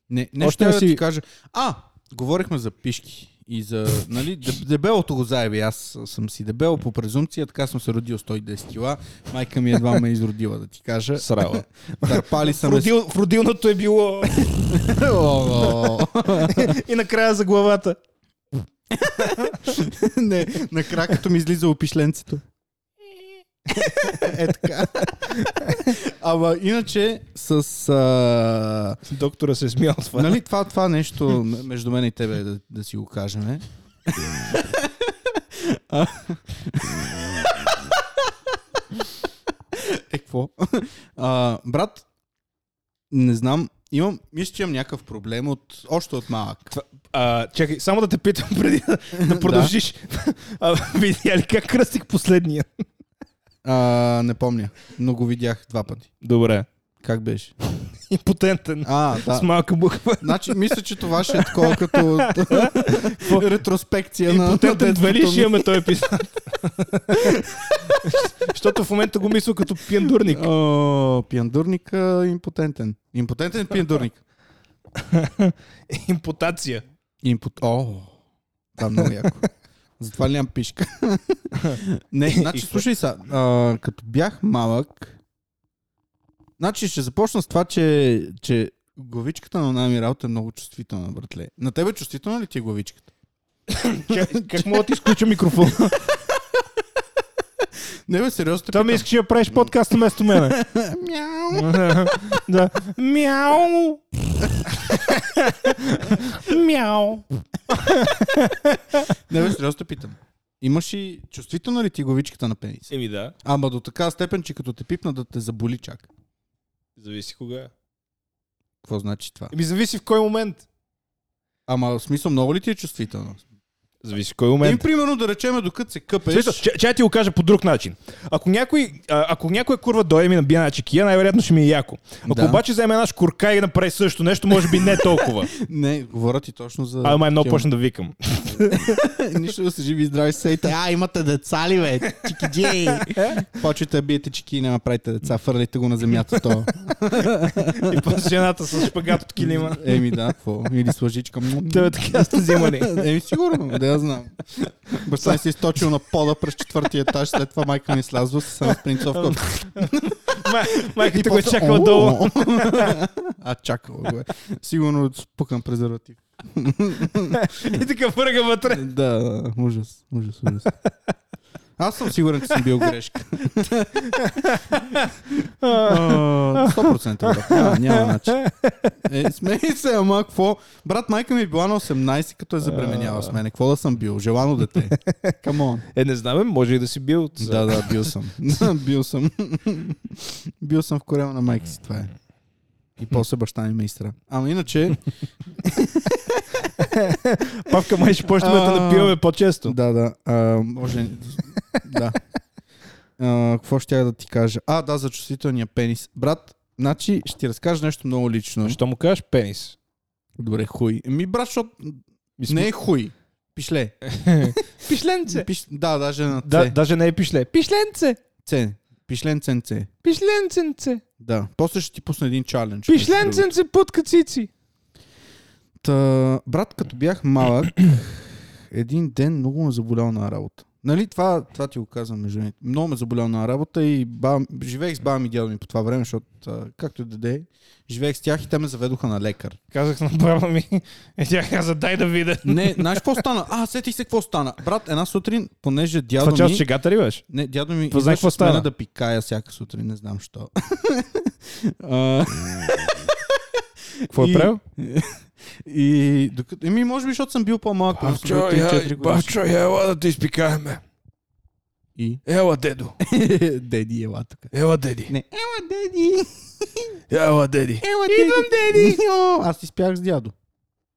S1: Не, не
S2: Още
S1: ще
S2: не
S1: да
S2: си-
S1: ти кажа. А, говорихме за пишки. И за, нали, деб- дебелото го заеби. Аз съм си дебел по презумпция, така съм се родил 110 кила. Майка ми едва ме е изродила, да ти кажа.
S2: Срала.
S1: Търпали
S2: В
S1: са ме... с-
S2: родил- в родилното е било
S1: О,
S2: и накрая за главата.
S1: Не, накрая като ми излиза опишленцето. Е така. Ама иначе с... А...
S2: Доктора се е смял с това.
S1: Нали това, това нещо м- между мен и тебе е да, да си го кажем. е? А. е, какво? А, брат, не знам. Имам, мисля, че имам някакъв проблем от, още от малък.
S2: А, чакай, само да те питам преди да, да продължиш. а, видя ли как кръстих последния?
S1: А, не помня, но го видях два пъти.
S2: Добре.
S1: Как беше?
S2: Импотентен.
S1: А,
S2: С
S1: да.
S2: малка буква.
S1: Значи, мисля, че това ще е такова като
S2: Е,
S1: ретроспекция на, на
S2: Импотентен
S1: детството
S2: двали ще
S1: ми.
S2: имаме този епизод. Защото в момента го мисля като пиендурник.
S1: О, пиандурника е импотентен. Импотентен е пиандурник.
S2: Импотация.
S1: Импот... О, да, много яко. Затова ли нямам пишка? не, значи, слушай са, а, като бях малък, значи ще започна с това, че, че главичката на нами работа е много чувствителна, братле. На тебе чувствителна ли ти е главичката?
S2: Как- Как мога да ти изключа микрофона?
S1: Не, бе, сериозно те
S2: Той ми
S1: питам.
S2: искаше да правиш подкаст вместо мене.
S1: Мяу.
S2: да. Мяу. Мяу.
S1: Не, бе, сериозно те питам. Имаш и чувствителна ли ти е главичката на пениса?
S2: Еми да,
S1: Ама до така степен, че като те пипна да те заболи чак.
S2: зависи кога.
S1: Какво значи това?
S2: Еми зависи в кой момент.
S1: Ама в смисъл много ли ти е чувствително?
S2: Зависи в кой
S1: Им
S2: момент.
S1: примерно да речеме докато се къпеш.
S2: Смисъл, че, че я ти го кажа по друг начин. Ако някой, а, ако някой курва дойде и ми набие на чекия, най-вероятно ще ми е яко. Ако
S1: Да.
S2: обаче вземе една шкурка и направи също нещо, може би не толкова.
S1: Не, говоря ти точно за...
S2: а, май много
S1: тема.
S2: почна да викам.
S1: Нищо да се живи и здрави сейте. Е, А, имате деца ли, бе? Чики джей. Почвайте да биете чики и не направите деца. Фърлите го на земята то.
S2: И после жената с шпагат от килима.
S1: Еми да, какво? Или с лъжичка.
S2: Той е така сте взимани.
S1: Еми сигурно, да я знам. Баща ми се е източил на пода през четвъртия етаж, след това майка ми слязва с една спринцовка.
S2: Май,
S1: И
S2: майката го е
S1: после,
S2: чакала
S1: «О!»
S2: долу.
S1: А, чакала го е. Сигурно спукам презерватив.
S2: И така върга вътре.
S1: Да, ужас, ужас, ужас. Аз съм сигурен, че съм бил грешка.
S2: А,
S1: 100% брат. Няма, няма начин. Е, смей се, ама какво? Брат, майка ми е била на 18, като е забременяла с мене. Какво да съм бил? Желано дете. Камон.
S2: Е, не знам, бе, може и да си бил.
S1: Да, да, бил съм. бил съм. бил съм в корема на майка си, това е. И после баща ми ме изтра. Ама иначе,
S2: Павка, май ще почнем да
S1: А.
S2: напиваме по-често.
S1: да, да, а, може, да. А, какво ще я да ти кажа? А, да, за чувствителния пенис. Брат, значи ще ти разкажа нещо много лично.
S2: Що му кажеш пенис?
S1: Добре, хуй. Ми, брат, защото не е хуй. Пишле.
S2: Пишленце.
S1: Пиш... Да, даже на
S2: Да,
S1: Е. да.
S2: даже не е пишле. Пишленце.
S1: Це. Пишлен ценце.
S2: Пишленценце.
S1: Да. После ще ти пусна един чалендж.
S2: Пишленценце под кацици.
S1: Та, брат, като бях малък, един ден много ме заболял на работа. Нали, това, това ти го казвам между другото. Много ме заболял на работа и баба, живеех с баба ми и дядо ми по това време, защото а, както и да де, живеех с тях и те ме заведоха на лекар.
S2: Казах на баба ми. Е, тя каза, дай да видя.
S1: Не, знаеш какво стана? А, сетих се какво стана. Брат, една сутрин, понеже
S2: Това
S1: дядо
S2: част от
S1: ми...
S2: шегата ли беше?
S1: Не, дядо ми
S2: Какво знае, какво
S1: идваше с мене
S2: стана?
S1: да пикая всяка сутрин, не знам що. А,
S2: Какво е
S1: И-
S2: правил?
S1: и докато... Еми, може би, защото съм бил по-малък. примерно съм бил 3-4 годишен.
S5: ела да те изпикаеме.
S1: И?
S5: Ела, дедо.
S1: Деди, ела тук.
S5: Ела, деди.
S1: Не, ела, деди!
S5: Ела, деди.
S1: Ела, Идвам, деди! Аз ти спях с дядо.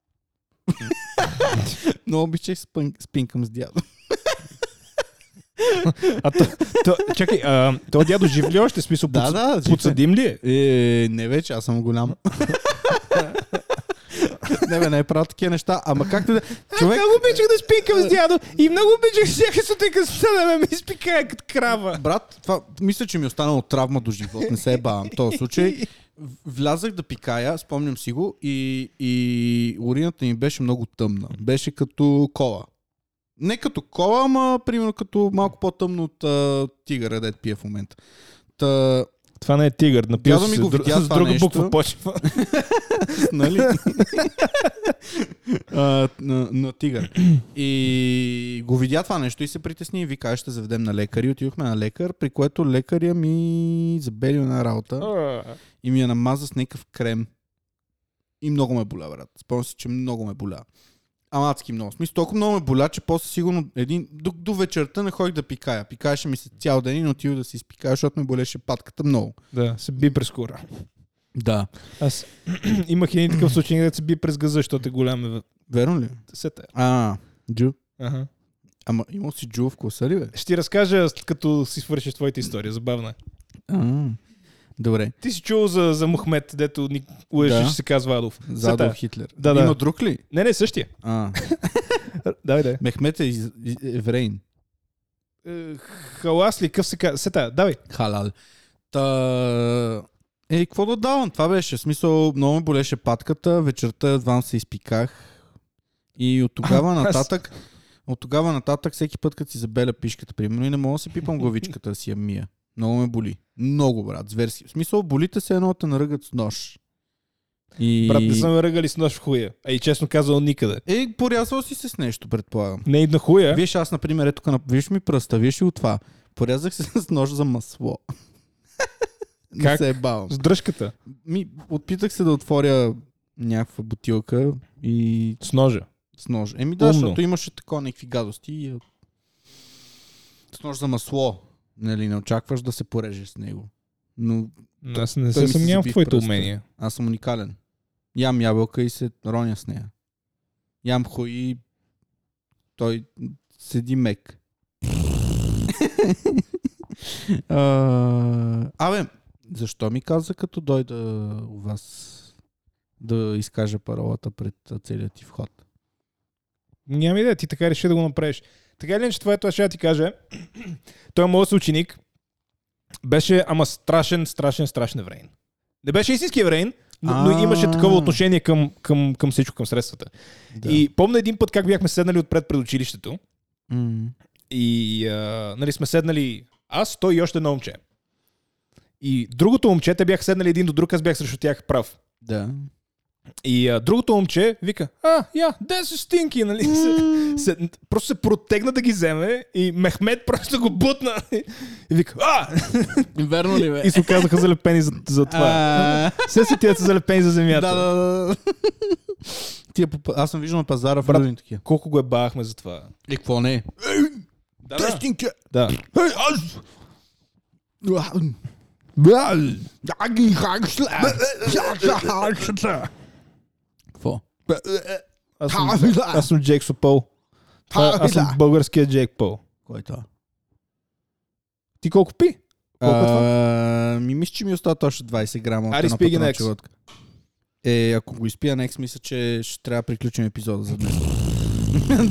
S1: Но обичах спън- спинкам с дядо.
S2: А, то, то, чакай, а, то дядо жив ли още? Смисъл,
S1: Да,
S2: подс-
S1: да, жив е.
S2: подсъдим ли е?
S1: Е, не вече, аз съм голям. не бе, не е правил такива неща. Ама както Е, да... Човек,
S2: обичах да спикам с дядо и много обичах всяка сутрин, като стана ме ми изпикае като крава.
S1: брат, това мисля, че ми е останало травма до живот. Не се е бавам. В този случай В- влязах да пикая, спомням си го, и, и урината ми беше много тъмна. Беше като кола. Не като кола, ама примерно като малко по-тъмно от а, тигъра, дед пие в момента. Та,
S2: Това не е тигър, напил
S1: Дядо
S2: си
S1: ми
S2: с,
S1: го
S2: дру-
S1: видя
S2: с
S1: това
S2: друга
S1: нещо.
S2: буква почва.
S1: нали? а, на, на тигър. И го видя това нещо и се притесни и вика, "Аз ще заведем на лекар. И отидохме на лекар, при което лекаря ми забели на работа. и ми я намаза с някакъв крем. И много ме боля, брат. Спомням си, че много ме боля. Ама адски много. В Смисъл, толкова много ме боля, че после сигурно един... До, до вечерта не ходих да пикая. Пикаеше ми се цял ден и не отидох да си изпикая, защото ме болеше патката много.
S2: да, се би през кора.
S1: Да.
S2: Аз имах един такъв случай, където се би през газа, защото е голям.
S1: Верно ли?
S2: Сета.
S1: А, джу.
S2: Ага.
S1: Ама имал си джу в класа ли, бе?
S2: Ще ти разкажа, след като си свършиш твоята история. Забавна е.
S1: А, добре.
S2: Ти си чул за, за Мухмед, дето ни лъжи,
S1: Да.
S2: че се казва Адов.
S1: Задов
S2: Сета.
S1: Хитлер.
S2: Да, да.
S1: Има друг ли?
S2: Не, не, същия.
S1: А,
S2: Дай, дай.
S1: Мехмет е из- из- еврейн.
S2: Е, Халас ли, къв се казва? Сета, давай.
S1: Халал. Та... Е, какво да давам? Това беше. В смисъл, много ме болеше патката, вечерта едвам се изпиках. И от тогава
S2: А, аз-
S1: нататък, от тогава нататък, всеки път, като си забеля пишката, примерно, и не мога да си пипам главичката, да си я мия. Много ме боли. Много, брат, зверски. В смисъл, болите се едно те наръгат с нож. И...
S2: Брат, не съм ръгали с нож в хуя. А и честно казал никъде.
S1: Е, порязал си се с нещо, предполагам.
S2: Не и на хуя.
S1: Виж, аз, например, ето тук, на- виж ми пръста, виж и от това. Порязах се с нож за масло. Не
S2: Как?
S1: се е бавам.
S2: С дръжката.
S1: Ми, отпитах се да отворя някаква бутилка и
S2: С ножа.
S1: с нож. Еми да,
S2: Умно.
S1: защото имаше такова някакви гадости и я- с нож за масло. Нали, не очакваш да се порежеш с него. Но
S2: Аз не
S1: той
S2: се
S1: ми се
S2: съмнявам в
S1: заби в
S2: твоите
S1: пръста.
S2: умения.
S1: аз съм уникален. Ям ябълка и се роня с нея. Ям хуй и той седи мек. А, Абе, защо ми каза като дойда у вас да изкажа паролата пред а, целият ти вход?
S2: Няма идея, ти така реши да го направиш. Така ли, че това е това, ще я ти кажа. Той е моят съученик. Беше, ама страшен, страшен, страшен евреин. Не беше истински евреин, но, но
S1: А.
S2: имаше такова отношение към, към, към всичко, към средствата.
S1: Да.
S2: И помня един път как бяхме седнали отпред пред училището
S1: М.
S2: и а, нали, сме седнали аз, той и още едно момче. И другото момче, те бяха седнали един до друг, аз бях срещу тях прав.
S1: да.
S2: И а, другото момче вика, а, я, де са стинки, нали? Се, се, просто се протегна да ги вземе и Мехмед просто го бутна. И вика, а!
S1: Верно ли бе?
S2: И се оказаха залепени за, за това.
S1: А,
S2: Все си тия са залепени за
S1: Да,
S2: земята.
S1: да, да. Тия, по- аз съм виждал на пазара в
S2: Брат.
S1: Рудин такива.
S2: Колко го ебахме за това. е
S1: И какво не е?
S2: Да, да.
S1: Стинка!
S2: да.
S1: Ей, аз! Какво?
S2: Аз съм, аз съм Джек Сопол. Това, е, аз съм българския Джек Пол.
S1: Кой е това?
S2: Ти колко пи? Колко е това?
S1: А, Ми мисля, че ми остава още 20 грама. от
S2: Ари,
S1: една
S2: спи ги на
S1: патрона
S2: екс.
S1: челътка. Е, ако го изпия на екс, мисля, че ще трябва да приключим епизода за днес.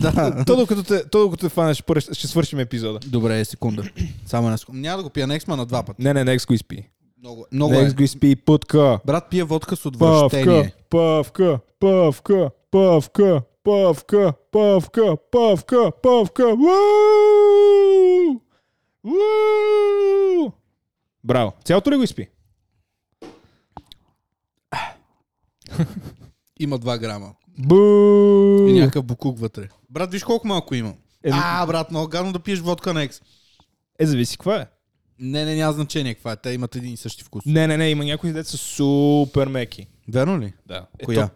S1: да.
S2: То докато те, то, докато те фанеш, първо ще- ще свършим епизода.
S1: Добре, е, секунда. Само една секунда. Няма да го пия на екс, ма на два пъти.
S2: Не, не, Некс го изпи.
S1: Много, много е.
S2: Некс го изпи и пътка.
S1: Брат пие водка с
S2: Павка,
S1: отвращение.
S2: павка, павка, павка, павка, павка, павка, павка. Уу! Уу! Браво. Цялото ли го изпи?
S1: Има 2 грама.
S2: Бу!
S1: И някакъв букук вътре. Брат, виж колко малко има.
S2: Е,
S1: А, брат, много гадно да пиеш водка на екс.
S2: Е, зависи каква е.
S1: Не, не, няма значение каква е. Те имат един и същи вкус.
S2: Не, не, не, има някои деца са супер меки.
S1: Верно ли?
S2: Да.
S1: Коя?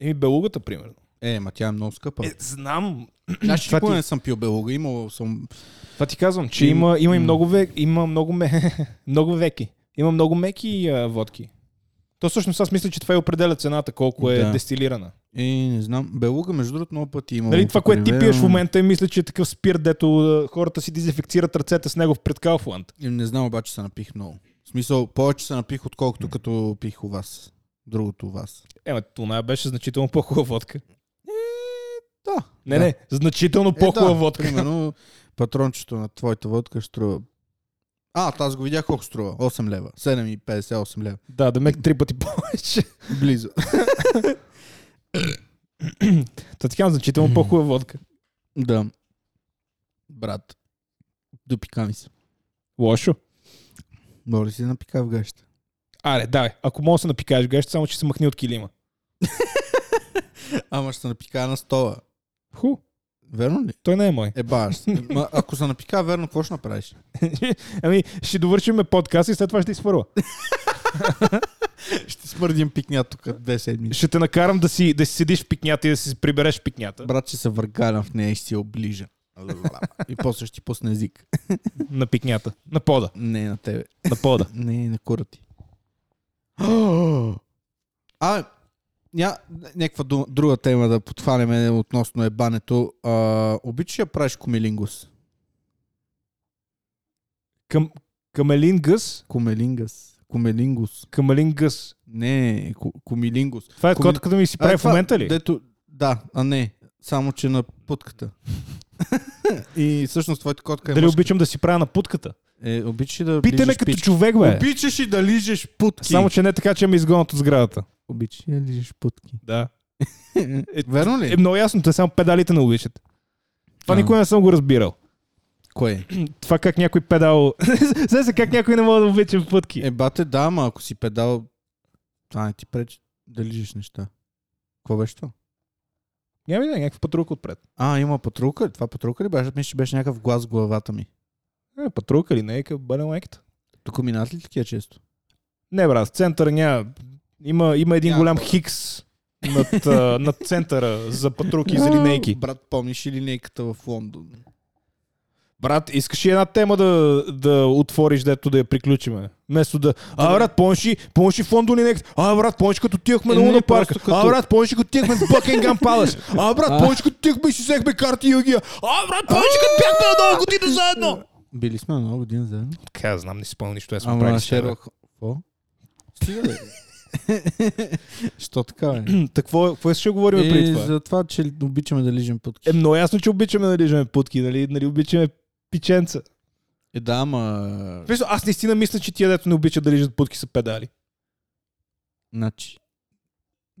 S2: Еми, белугата, примерно.
S1: Е, ма тя е много скъпа.
S2: знам.
S1: Значи
S2: това
S1: никога
S2: ти-
S1: не съм пил белуга. Имал съм...
S2: Това ти казвам, че има, има и много век, има много, ме, много веки. Има много меки а, водки. То всъщност аз мисля, че това и определя цената, колко е
S1: Да.
S2: дестилирана.
S1: Е, не знам. Белуга, между другото, много пъти има.
S2: Нали, това, което ти пиеш в момента, и мисля, че е такъв спир, дето а, хората си дезинфекцират ръцете с него пред Кауфланд.
S1: Им не знам, обаче се напих много. В смисъл, повече се напих, отколкото като пих у вас. Другото у вас.
S2: Ема, тона беше значително по-хубава водка.
S1: Да.
S2: Не,
S1: да.
S2: не, значително Е, по-хубава
S1: Е, да,
S2: водка.
S1: Примерно, патрончето на твоята водка ще струва... А, аз го видях колко струва. 8 лева. 7,58 лева.
S2: Да, да мек три пъти повече.
S1: Близо.
S2: Та ти казвам, значително по-хубава водка.
S1: да. Брат. Допика ми се.
S2: Лошо.
S1: Моля си да напика в гаща.
S2: Аре, давай, ако мога да се напикаеш гащ, само че се махни от килима.
S1: Ама ще се напика на стола.
S2: Ху,
S1: Верно ли?
S2: той не е мой.
S1: Е, баш. Ма, ако се напика, верно, какво ще направиш?
S2: Ами, ще довършиме подкаст и след това ще изпърва.
S1: Ще смърдим пикня тук две седмици.
S2: Ще те накарам да си, да си седиш в пикнята и да си прибереш пикнята.
S1: Брат, ще се въргалям в нея и си я оближа. И после ще ти пусна език.
S2: На пикнята. На пода.
S1: Не е на тебе.
S2: На пода.
S1: Не, е на кура ти. А, ня, някаква ду- друга тема да подхванеме относно ебането. А, обичаш ли да правиш комелингус?
S2: Към, камелин гъс.
S1: Комелингас. Комелингус.
S2: Камелин гъс.
S1: Не, ку- комилингус.
S2: Това е
S1: Коми-
S2: котката да ми си
S1: А,
S2: прави в
S1: това,
S2: момента ли?
S1: Дето, да, а не. Само, че на путката. и всъщност твоята котка е
S2: Дали
S1: мъжка.
S2: обичам да си правя на путката?
S1: Е, обичаш ли да
S2: Питай ме
S1: лижеш
S2: като
S1: пички?
S2: човек, бе.
S1: Обичаш и да лижеш путки.
S2: Само, че не е така, че ме изгонят от сградата.
S1: Обичаш ли да лижеш путки.
S2: Да.
S1: Верно ли?
S2: Е, много ясно, те само педалите не обичат. Това
S1: А.
S2: никога не съм го разбирал.
S1: Кое? е?
S2: Това как някой педал... Знаеш ли как някой не може да обича в пътки?
S1: Е, бате, да, ама ако си педал, това не ти пречи да лижеш неща. Какво беше това?
S2: Няма да е някаква патрулка отпред.
S1: А, има патрулка. ли? Това патрулка ли беше? Мисля, че беше някакъв глас в главата ми.
S2: Е, патрулка ли не е към Бъденлекта?
S1: Тук минат ли такива често?
S2: Не, брат, в центъра няма... Има, има един
S1: Няма
S2: голям хикс над, а, над центъра за патруки и за линейки.
S1: Брат, помниш ли линейката в Лондон?
S2: Брат, искаш ли една тема да, да отвориш, дето да я приключиме? Вместо да... А, брат, помниш ли, помниш ли в Лондон и некс? А, брат, помниш като тихме
S1: Е,
S2: на
S1: не,
S2: Луна парка?
S1: просто като-
S2: А, брат, помниш ли като тихме в Бъкингам Палас? А, брат, помниш ли като тихме и си взехме карти и югия? А, брат, помниш ли като бяхме на нова година заедно?
S1: Били сме на нова година заедно.
S2: Е, Така, знам, не си спомня нищо, аз съм
S1: Ама
S2: правил.
S1: Шерлок... Какво? Стига бе. Що така бе?
S2: Какво какво ще говорим преди
S1: Е,
S2: това?
S1: за това, че обичаме да лижем путки.
S2: Е, много ясно, че обичаме да лижаме путки, нали, нали обичаме пиченца.
S1: Е, да, ама...
S2: Виж, аз наистина мисля, че тия дето не обичат да лижат путки са педали.
S1: Значи...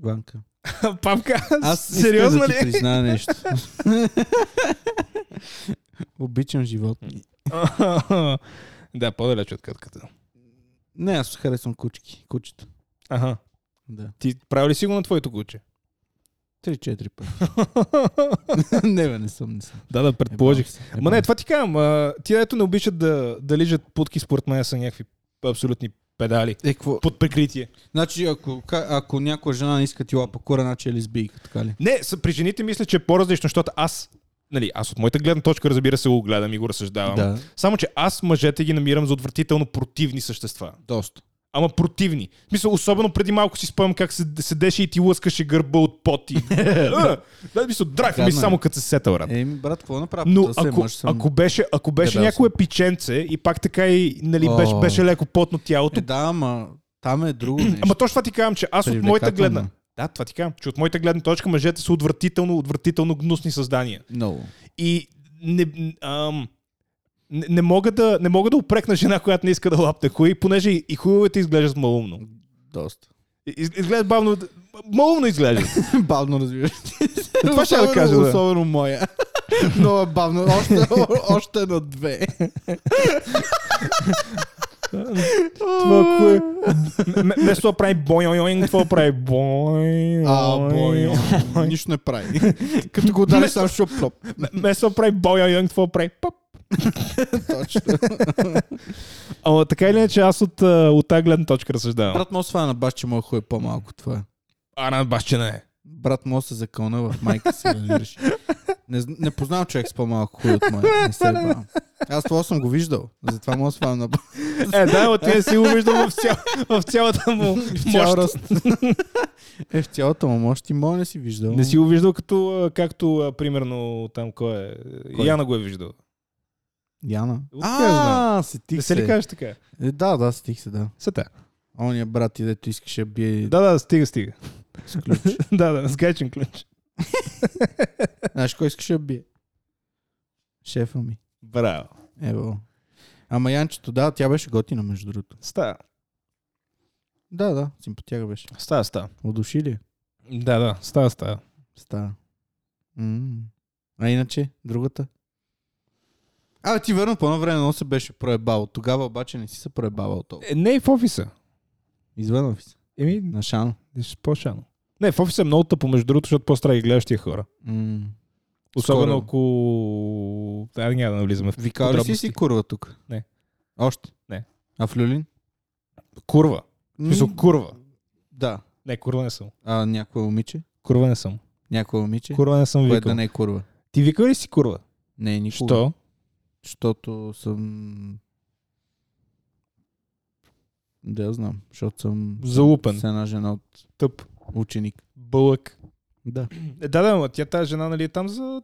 S1: Ванка.
S2: Папка,
S1: Аз искам
S2: сериозно
S1: да
S2: ли?
S1: ти призная нещо. Обичам животни.
S2: да, по-далеч от кътката.
S1: Не, аз харесвам кучки. Кучета.
S2: Аха.
S1: Да.
S2: Ти прави ли си го на твоето куче?
S1: Три-четири пъти. не, бе, не съм, не съм. Е,
S2: да, да, предположих.
S1: Ебал се,
S2: Ма
S1: ебал
S2: не,
S1: се.
S2: това ти казвам. а, Тия ето не обичат да, да лижат путки според мен са някакви абсолютни педали.
S1: Е, какво?
S2: Под прикритие.
S1: Значи, ако, ка- ако някоя жена не иска ти лапа кура, значи е лесбийка, така ли?
S2: Не, с- при жените мисля, че е по-различно, защото аз, нали, аз от моята гледна точка, разбира се, го гледам и го разсъждавам.
S1: Да.
S2: Само, че аз мъжете ги намирам за отвратително противни същества.
S1: Доста.
S2: Ама противни. В смисъл, особено преди малко си спомням как се, седеше и ти лъскаше гърба от поти. Е, да, в смисъл, драйв ми
S1: Гадно е.
S2: само като се сетъл, брат.
S1: Еми, брат, какво направи?
S2: Но
S1: Да се е
S2: ако,
S1: мъж съм.
S2: ако беше, ако беше
S1: Дебел съм.
S2: някое пиченце и пак така и нали, беше,
S1: О.
S2: беше леко потно тялото,
S1: Е, да, ама там е друго нещо.
S2: Ама точно това ти казвам, че аз от моята
S1: Привлекателно.
S2: гледна... Да, това ти казвам, че от моята гледна точка мъжете са отвратително, отвратително гнусни създания.
S1: Много.
S2: И не, ам, не, не, мога да, не мога да упрекна жена, която не иска да лапне хуй, понеже и, и хуйовете изглеждат малумно.
S1: Доста.
S2: Из, изглеждат бавно... Малумно изглеждат.
S1: бавно развиваш.
S2: Това ще я да кажа, да.
S1: Особено моя. Много е бавно. Още, още на две.
S2: Това кое... М- Вместо да прави бойоинг, това прави бой.
S1: А, бой. Нищо не прави. Като го удариш сам шоп шоп.
S2: Вместо да прави бойоинг, това прави пап.
S1: Точно.
S2: Ама така или иначе, аз от, а, от тази гледна точка разсъждавам.
S1: Брат, може това на баш, че мога хуй е по-малко това. е.
S2: А, на баща не е.
S1: Брат, може да се закълна в майка си, разбираш. Не, зн- не познавам човек с по-малко хуй от моя. Не се ебавам. Аз това съм го виждал. Затова мога да сваля на баш.
S2: Е, да, но ти не си го виждал в, цял, в цялата му в
S1: цял ръст. Е, в цялата му мощ ти мога не си виждал.
S2: Не си го виждал като, а, както, а, примерно, там кой е?
S1: Кой?
S2: Яна го е виждал.
S1: Яна.
S2: Откъде знам?
S1: А, сетих
S2: Не се ли кажеш така?
S1: Е, да, да, стих се, да.
S2: Сета.
S1: Ония брат ти, дето искаше да бие
S2: Да, да, стига, стига.
S1: с ключ.
S2: да, да, с гайчен ключ.
S1: Знаеш кой искаше да бие? Шефа ми.
S2: Браво.
S1: Ево. Ама Янчето, да, тя беше готина, между другото.
S2: Ста.
S1: Да, да, симпатяга беше.
S2: Ста, ста.
S1: Удуши ли? я?
S2: Да, да, ста, ста.
S1: Става. М. А иначе, другата? А, ти верно, по едно време много се беше проебал. Тогава обаче не си се проебавал толкова.
S2: Е, не и в офиса.
S1: Извън офис.
S2: Еми,
S1: На шано.
S2: по-шано. Не, в офиса е много тъпо, между другото, защото по-страх ги гледаш тия хора.
S1: М.
S2: Особено
S1: Скоро.
S2: ако... Да, няма да навлизаме в
S1: Викал ли си си
S2: подробности.
S1: курва тук?
S2: Не.
S1: Още?
S2: Не.
S1: А в Люлин?
S2: Курва. В смисъл,
S1: М,
S2: курва.
S1: Да.
S2: Не, курва не съм.
S1: А някое момиче?
S2: Курва не съм.
S1: Някое момиче?
S2: Курва не съм
S1: Кое
S2: викал.
S1: да не е курва?
S2: Ти викал ли си курва?
S1: Не, никога.
S2: Що?
S1: Защото съм... Да, я знам. Защото съм
S2: Залупен.
S1: с една жена от
S2: Тъп.
S1: ученик.
S2: Бълък.
S1: Да.
S2: Е, да, да, но тя тази жена, нали, е там за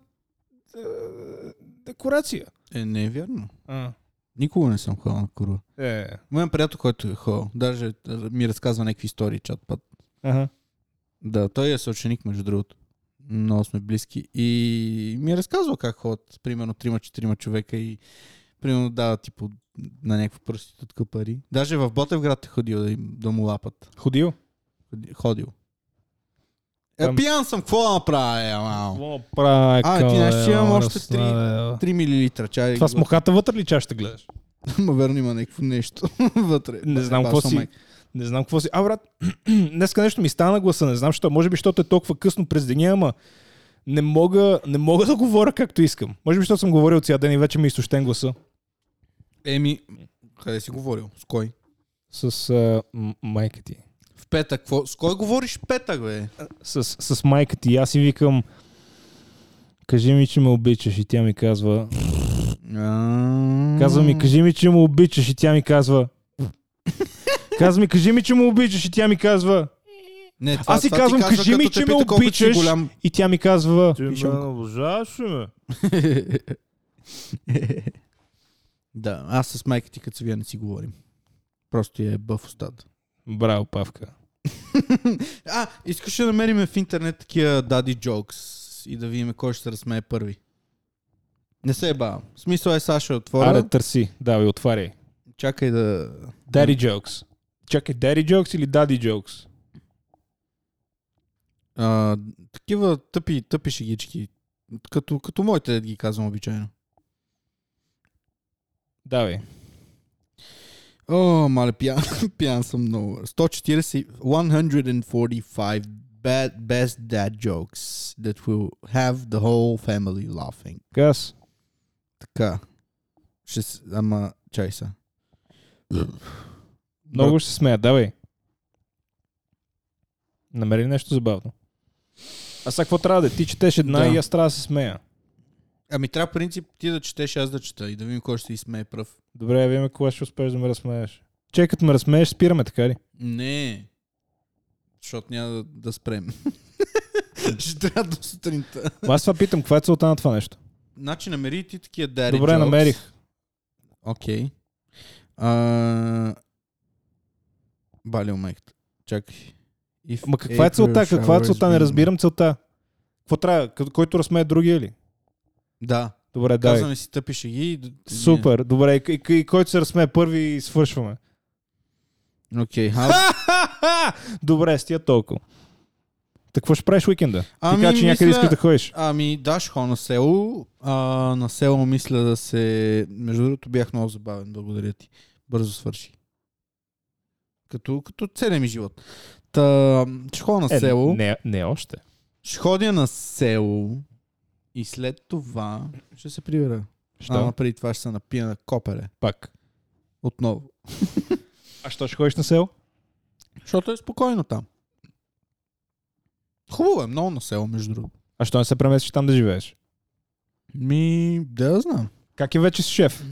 S2: е, декорация.
S1: Е, не е вярно.
S2: А.
S1: Никога не съм ходил на курва.
S2: Е.
S1: Моят приятел, който е ходил, даже а, ми разказва някакви истории чат път.
S2: Ага.
S1: Да, той е съученик, между другото. Много сме близки. И ми е разказвал как ходят, примерно, 3-4 човека и примерно дават типо на някаква проститутка пари. Даже в Ботевград е ходил да, им, да му лапат.
S2: Ходил?
S1: Ходи- Ходил. Е,
S2: Там-
S1: пиян съм, какво да направя, е, мал?
S2: Какво прави,
S1: А, ти
S2: кале,
S1: знаеш, че имам
S2: ела,
S1: още три.
S2: разслабя.
S1: 3 милилитра чай.
S2: Това с мухата вътре ли чаш ще гледаш?
S1: Ма верно има някакво нещо вътре.
S2: Не знам
S1: Баш
S2: какво
S1: съм
S2: си.
S1: майка.
S2: Не знам какво си. А, брат, днеска нещо ми стана на гласа, не знам защо. Може би, защото е толкова късно през деня, ама не мога, не мога да говоря както искам. Може би, защото съм говорил цял ден и вече ми е изтощен гласа.
S1: Еми, къде си говорил? С кой?
S2: С а, м- майка ти.
S1: В петък. Какво? С кой говориш в петък, бе?
S2: с, с майка ти. Аз си викам, кажи ми, че ме обичаш. И тя ми казва, казва ми, кажи ми, че ме обичаш. И тя ми казва, казва ми, кажи ми, че ме обичаш. И тя ми казва,
S1: Не, това,
S2: Аз си
S1: това ти
S2: казвам,
S1: казва,
S2: кажи
S1: като
S2: ми,
S1: те
S2: че
S1: пита
S2: ме
S1: колко си
S2: обичаш.
S1: Голям...
S2: и тя ми казва,
S5: Ти
S2: пишам
S5: ме
S2: го.
S5: обожаваш ли ме?
S1: да, аз с майка ти като сега не си говорим. Просто я е бъв устата.
S2: браво, Павка.
S1: А, искаш ли да намерим в интернет такива дади джокс и да видим кой ще се разсмее първи? Не се ебавам. Смисъл е, Саша, отворя.
S2: Аре, търси, давай, отваряй.
S1: Чакай да...
S2: Daddy jokes. Чакай, daddy jokes или daddy jokes?
S1: А, такива тъпи, тъпи шегички. Като, като моите да ги казвам обичайно.
S2: Давай.
S1: О, мале, пиян, пиян съм много. 140, 145 bad, best dad jokes that will have the whole family laughing.
S2: Газ.
S1: Така. Ще, с- ама, чай са.
S2: Много ще се смея, давай. Намери нещо забавно. А сега какво трябва да е? Ти четеш една
S1: Да.
S2: и аз трябва да се смея.
S1: Ами трябва принцип ти да четеш, аз да чета и да видим кой ще се изсмее пръв.
S2: Добре, а вие кога ще успееш да ме разсмееш. Чакай, като ме разсмееш, спираме, така ли?
S1: Не. Защото няма да, да спрем. ще трябва до сутринта.
S2: Ма Аз това питам, каква е целта на това нещо?
S1: Значи намери ти такива дари
S2: Добре, намерих.
S1: Окей. А... Бали омехт. Чакай. If
S2: Ма каква е
S1: April
S2: целта? Каква е
S1: showers
S2: целта? Не
S1: bring-
S2: разбирам целта. Какво трябва? Къ- Който разсмее другия ли?
S1: Да,
S2: Добре, дай.
S1: казваме си тъпише ги. и д-
S2: Супер, добре. И, и, и който се разсмее първи, свършваме.
S1: ние. Окей. Okay.
S2: Добре, стия толкова. Так какво ще правиш уикенда? Ти
S1: Ами,
S2: кажа, че някъде
S1: мисля-
S2: искаш да ходиш.
S1: Ами, да, ще ходя на село. А, на село мисля да се... Между другото бях много забавен, благодаря ти. Бързо свърши. Като, като целия ми живот. Та, ще ходя на село.
S2: Е, Не, не още.
S1: Ще ходя на село и след това ще се прибера.
S2: Що?
S1: Ама преди това ще се напия на копере.
S2: Пак.
S1: Отново.
S2: А що ще ходиш на село?
S1: Защото е спокойно там. Хубаво е, много на село, между другото.
S2: А що не се преместиш там да живееш?
S1: Ми, да я знам.
S2: Как е вече с шеф?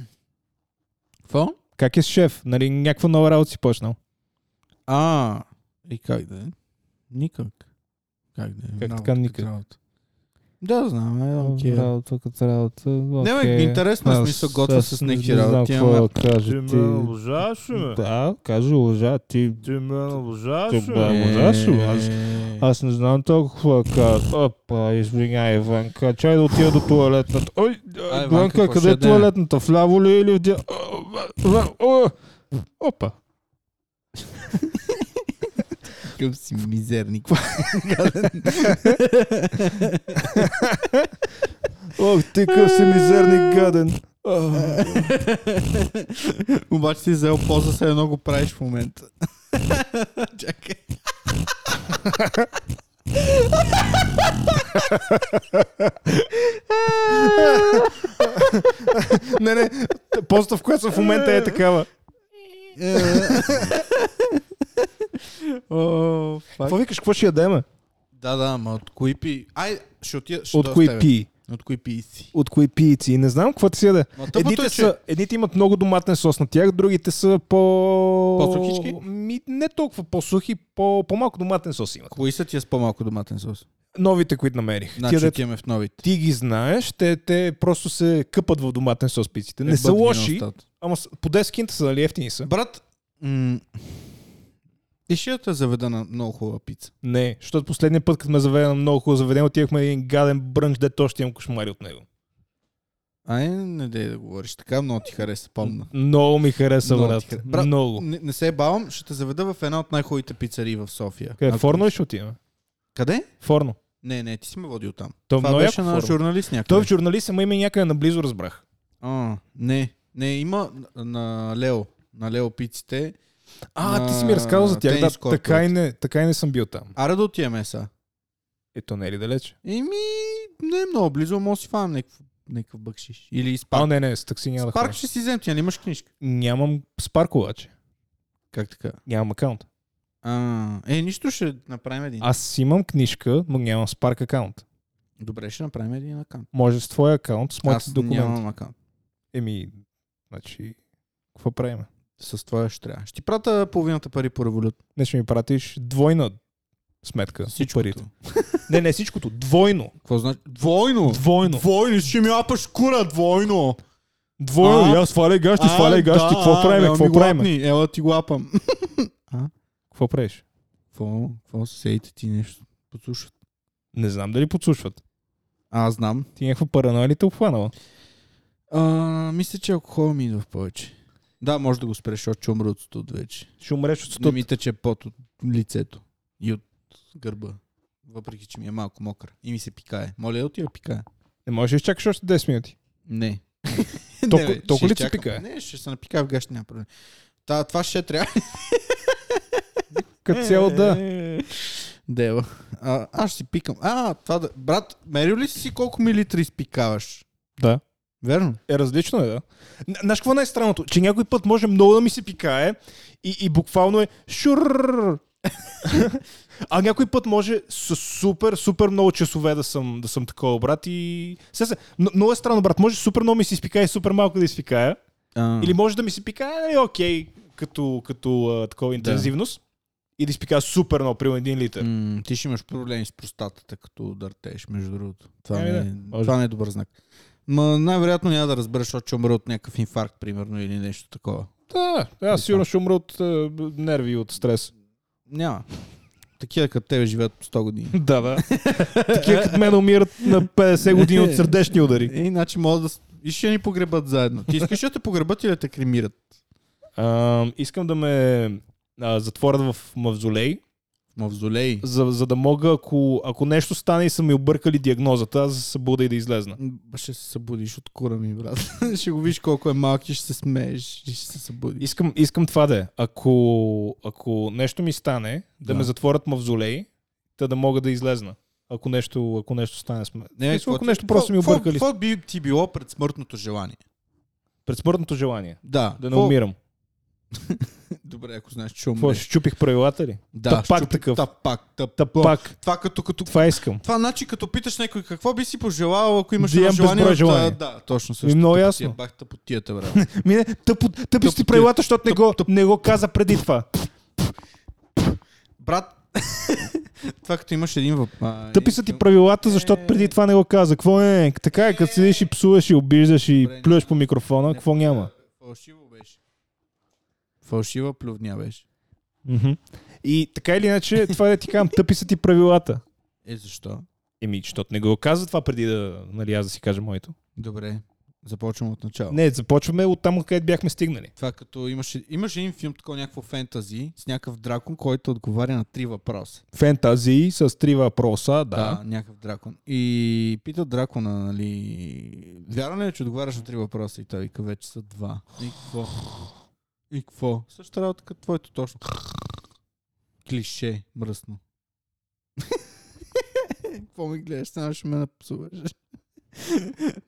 S1: Какво?
S2: Как е с шеф? Нали, някаква нова работа си почнал.
S1: А, и как да е? Никак. Как да е?
S2: Как
S1: Работа
S2: така никак?
S1: работа. Да, знам, е, окей. Okay.
S2: Работа, като работа.
S1: Не, бе, интересно е смисъл, готва се с някакви работи, ама...
S2: Какво кажа
S5: Ти
S2: ти.
S5: ме лъжаш, ме.
S2: Да, кажи лъжа. Ти
S5: Ти ме лъжаш,
S2: Ти ме
S5: ме.
S2: лъжаш. лъжаш, бе, аз-
S1: Е,
S2: Аз не знам толкова как. Опа, извиняй, Иванка. Чай да отида до туалетната. Ой,
S1: Ай, Иванка,
S2: Иванка,
S1: какво
S2: къде е
S1: ще да е?
S2: туалетната? Вляво ли е или вдя... О, ва- о, Опа.
S1: Какъв си мизерник.
S2: Ох, ти къв си мизерник гаден.
S1: Обаче си взел поза, се едно го правиш в момента. Чакай.
S2: Не, не, поста в която съм в момента е такава.
S1: О, фак.
S2: Какво викаш, какво ще ядеме?
S1: Да, да, ма от кои пи... Ай, ще отида... ще
S2: От
S1: дойда с
S2: кои
S1: тебе.
S2: пи?
S1: От кои пи си.
S2: От кои пиици? И не знам какво ти се яде.
S1: Ма тъпото
S2: Едните,
S1: е, че-
S2: са, едните имат много доматен сос на тях, другите са по...
S1: По-сухички?
S2: Ми, не толкова по-сухи, по- по-малко доматен сос имат.
S1: Кои са тия с по-малко доматен сос?
S2: Новите, които намерих.
S1: Значи
S2: Тия, дето
S1: отиваме в новите.
S2: ти ги знаеш, те, те просто се къпат в доматен сос пиците. Не
S1: Е,
S2: са
S1: бъдни
S2: лоши,
S1: на устата.
S2: ама с- по 10 кинта са, нали, ефтини са.
S1: Брат, м- и ще те заведа на много хубава пица.
S2: Не, защото последния път, като ме заведе на много хубаво заведение, отивахме на един гаден брънч, дето още имам кошмари от него.
S1: Ай, не дей да говориш така, много ти хареса, помна.
S2: Много ми хареса,
S1: Много
S2: брат.
S1: ти хареса. Брат,
S2: Много.
S1: Не, не се бавам, ще те заведа в една от най-хубавите пицарии в София.
S2: Къде,
S1: Ако-
S2: форно е ли ще отиваме?
S1: Къде?
S2: Форно.
S1: Не, не, ти си ме водил там.
S2: То
S1: Това
S2: много
S1: беше
S2: е яко
S1: на
S2: форум.
S1: журналист някъде.
S2: Той в журналист, ама има и някъде наблизо, разбрах.
S1: А, не, не, има на- на Лео. На Лео пиците.
S2: А, ти
S1: На
S2: си ми разказал за тях. Да,
S1: тенис корта.
S2: така и, не, така и не съм бил там.
S1: Аре да отиваме са.
S2: Ето не е ли далеч?
S1: Еми, не е много близо, може да си фанем някакъв, някакъв бъкшиш. Или
S2: А,
S1: спарк.
S2: не, не, с такси няма да
S1: Спарк
S2: ходя.
S1: ще си вземем, ти нали имаш книжка?
S2: Нямам спарк обаче.
S1: Как така?
S2: Нямам акаунт.
S1: А, е, нищо ще направим един. А...
S2: Аз имам книжка, но нямам Spark акаунт.
S1: Добре, ще направим един акаунт.
S2: Може с твоя акаунт, с моите
S1: Аз
S2: документи.
S1: нямам акаунт.
S2: Еми, значи, какво правим?
S1: С твоя ще трябва. Ще ти прата половината пари по револют.
S2: Не ще ми пратиш двойна сметка. от
S1: Всичкото.
S2: парите. Не, не всичкото. Двойно.
S1: Какво значи? Двойно!
S2: Двойно.
S1: Двойно, ще ми апаш кура, двойно!
S2: Двойно.
S1: А?
S2: Я сваляй гащи,
S1: А,
S2: сваляй гащи.
S1: да,
S2: Какво
S1: а,
S2: правим?
S1: ела ми
S2: Какво правим?
S1: лапни, Ела ти го апам.
S2: Какво правиш?
S1: Какво? Какво сейте ти нещо? Подслушат.
S2: Не знам дали подслушват.
S1: А, знам.
S2: Ти някаква параноя ли те обхванала?
S1: А, мисля, че алкохол ми идва в повече. Да, може да го спреш, защото ще умра от студ вече.
S2: Ще умреш от
S1: Не
S2: студ.
S1: ми тече пот е от лицето и от гърба. Въпреки, че ми е малко мокър. И ми се пикае. Моля, да отива пикае.
S2: Не можеш да изчакаш още 10 минути.
S1: Не.
S2: Толко-
S1: Не, бе,
S2: толкова
S1: ще
S2: ли ти
S1: изчакам.
S2: пикае?
S1: Не, ще се напикая в гащ, няма проблем. Та, това ще трябва.
S2: Като цяло да.
S1: Дева. А, аз ще си пикам. А, това да... Брат, мерил ли си колко милилитри изпикаваш?
S2: Да.
S1: Верно.
S2: Е, различно е, да. Н- Знаеш какво е най-странното? Че някой път може много да ми се пикае и, и буквално е шур. а някой път може с супер, супер много часове да съм, да съм такова, брат. И... Се, се, м- много е странно, брат. Може супер много ми се изпикае и супер малко да изпикая.
S1: А,
S2: Или може да ми се пикае, нали, окей, като, като а, такова интензивност. И да изпикая супер много, примерно един литър.
S1: м- ти ще имаш проблеми с простатата, като дъртееш, между другото. Това,
S2: Ами
S1: не,
S2: да,
S1: е,
S2: може.
S1: това не е добър знак. Ма най-вероятно няма да разбереш, защото ще умре от някакъв инфаркт, примерно, или нещо такова.
S2: Е, Да, аз сигурно ще умра от а, нерви и от стрес.
S1: Няма. Такива като тебе живеят по 100 години.
S2: Да, да. Такива като мен умират на 50 години от сърдечни удари.
S1: Е, Иначе могат да... с- И ще ни погребат заедно. Ти искаш ли да те погребат или да те кремират?
S2: А, искам да ме а, затворят в мавзолей,
S1: Мавзолей.
S2: за, за да мога, ако, ако нещо стане и са ми объркали диагнозата, аз да се събуда и да излезна.
S1: М, Ще се събудиш от кура ми, брат. ще го виж колко е малки, ще се смееш и ще се събудиш.
S2: Искам, искам това да е. Ако, ако нещо ми стане, да,
S1: Да.
S2: ме затворят в мавзолей, та да мога да излезна. Ако нещо, ако нещо стане с мен. Не, ако нещо просто ми объркали
S1: Какво би ти било пред смъртното желание?
S2: пред смъртното желание.
S1: Да.
S2: Да не
S1: Кво-
S2: умирам.
S1: Добре, ако знаеш, че
S2: Какво,
S1: умреш.
S2: ще чупих правилата ли?
S1: Да,
S2: Та пак
S1: щупи-
S2: такъв.
S1: Та е? пак, та,
S2: Та пак,
S1: Това като, като... Това...
S2: това искам.
S1: значи като питаш някой какво би си пожелал, ако имаш
S2: Да
S1: едно
S2: имам
S1: желание.
S2: безброй
S1: от-
S2: желания.
S1: Да, точно
S2: Ми,
S1: също.
S2: много ясно.
S1: Бах тъпотията, брат.
S2: Мине, тъпо, е. тъпи
S1: Тъп-
S2: си правилата, защото не го, не го каза преди това.
S1: Брат, това като имаш един въпрос.
S2: Тъпи са ти
S1: Е.
S2: правилата, защото преди това не го каза. Какво е? Така е, като седиш и псуваш и обиждаш и
S1: Добре,
S2: плюеш по микрофона, какво няма?
S1: Фалшиво беше. Фалшива плювня беше.
S2: Мгм. И така или иначе, това е да ти казвам, тъпи са ти правилата.
S1: Е, защо?
S2: Еми, защото не го каза това преди да, нали, аз да си кажа моето.
S1: Добре, започвам от начало.
S2: Не, започваме от там, където бяхме стигнали.
S1: Това като имаш, имаш един филм, такова някакво фентази, с някакъв дракон, който отговаря на три въпроса.
S2: Фентази с три въпроса, да.
S1: Да, някакъв дракон. И пита дракона, нали, вярно ли е, че отговаряш на три въпроса? И той вика, вече са два. И какво? И какво? Същата работа като твоето точно. Клише, мръсно. Какво ми гледаш? Сега ще ме напсуваш.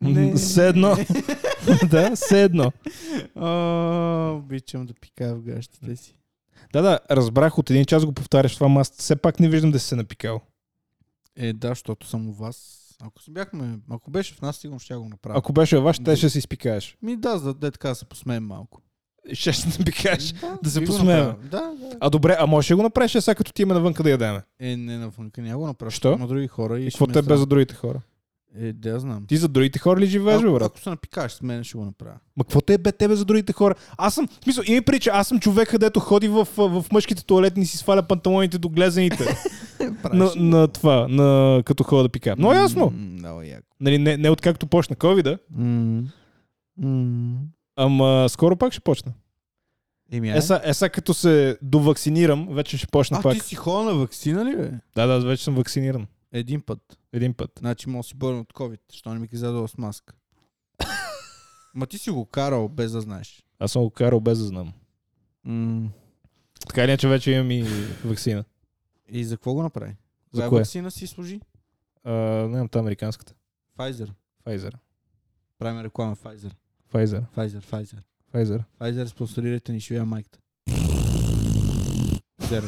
S2: М, Седно. да, седно.
S1: О, обичам да пикая в гащите си.
S2: Да, да, разбрах от един час го повтаряш това, ама аз все пак не виждам да си се напикал.
S1: Е, да, защото съм у вас. Ако си бяхме, ако беше в нас, сигурно ще я го направя.
S2: Ако беше във ваш, те ще се изпикаеш.
S1: Ми да, за да е така да се посмеем малко.
S2: Ще се напикаеш. да се
S1: би го
S2: посмеем.
S1: направя. Да, да.
S2: А добре, а можеш ли го направиш е сега, като ти навън къде ядеме?
S1: Е, не, на фънка няма го направя.
S2: Що?
S1: Има други хора и,
S2: И какво
S1: ще
S2: те
S1: ме
S2: бе
S1: срам.
S2: за другите хора?
S1: Е, да, я знам.
S2: Ти за другите хора ли живееш, бе,
S1: ако,
S2: брат?
S1: ако се напикаеш с мен, ще го направя.
S2: Ма какво те бе тебе за другите хора? Аз съм, в смисъл, имай прича, аз съм човек, където ходи в, в мъжките туалетни и си сваля панталоните до глезените. на, на, това, на, като хода да пика. Но е ясно.
S1: М, Много яко.
S2: Нали, не, не откакто почна ковида,
S1: М. М.
S2: ама скоро пак ще почна.
S1: Еми,
S2: Е, са, е, са като се довакцинирам, вече ще почна
S1: а,
S2: пак.
S1: ти си хора на вакцина ли, бе?
S2: Да, да, вече съм вакциниран.
S1: Един път.
S2: Един път.
S1: Значи мога да си болен от COVID. Що не ми каза да с маска? Ма ти си го карал, без да знаеш.
S2: Аз съм го карал без да знам.
S1: М.
S2: Така или иначе вече имам и вакцина.
S1: И за какво го направи?
S2: За
S1: Коя
S2: кое?
S1: вакцина си служи?
S2: А, не знам, та американската.
S1: Pfizer.
S2: Pfizer.
S1: Правим реклама Pfizer.
S2: Pfizer.
S1: Pfizer, Pfizer.
S2: Pfizer.
S1: Pfizer, спонсорирайте ни, ще видя майката. Зеро.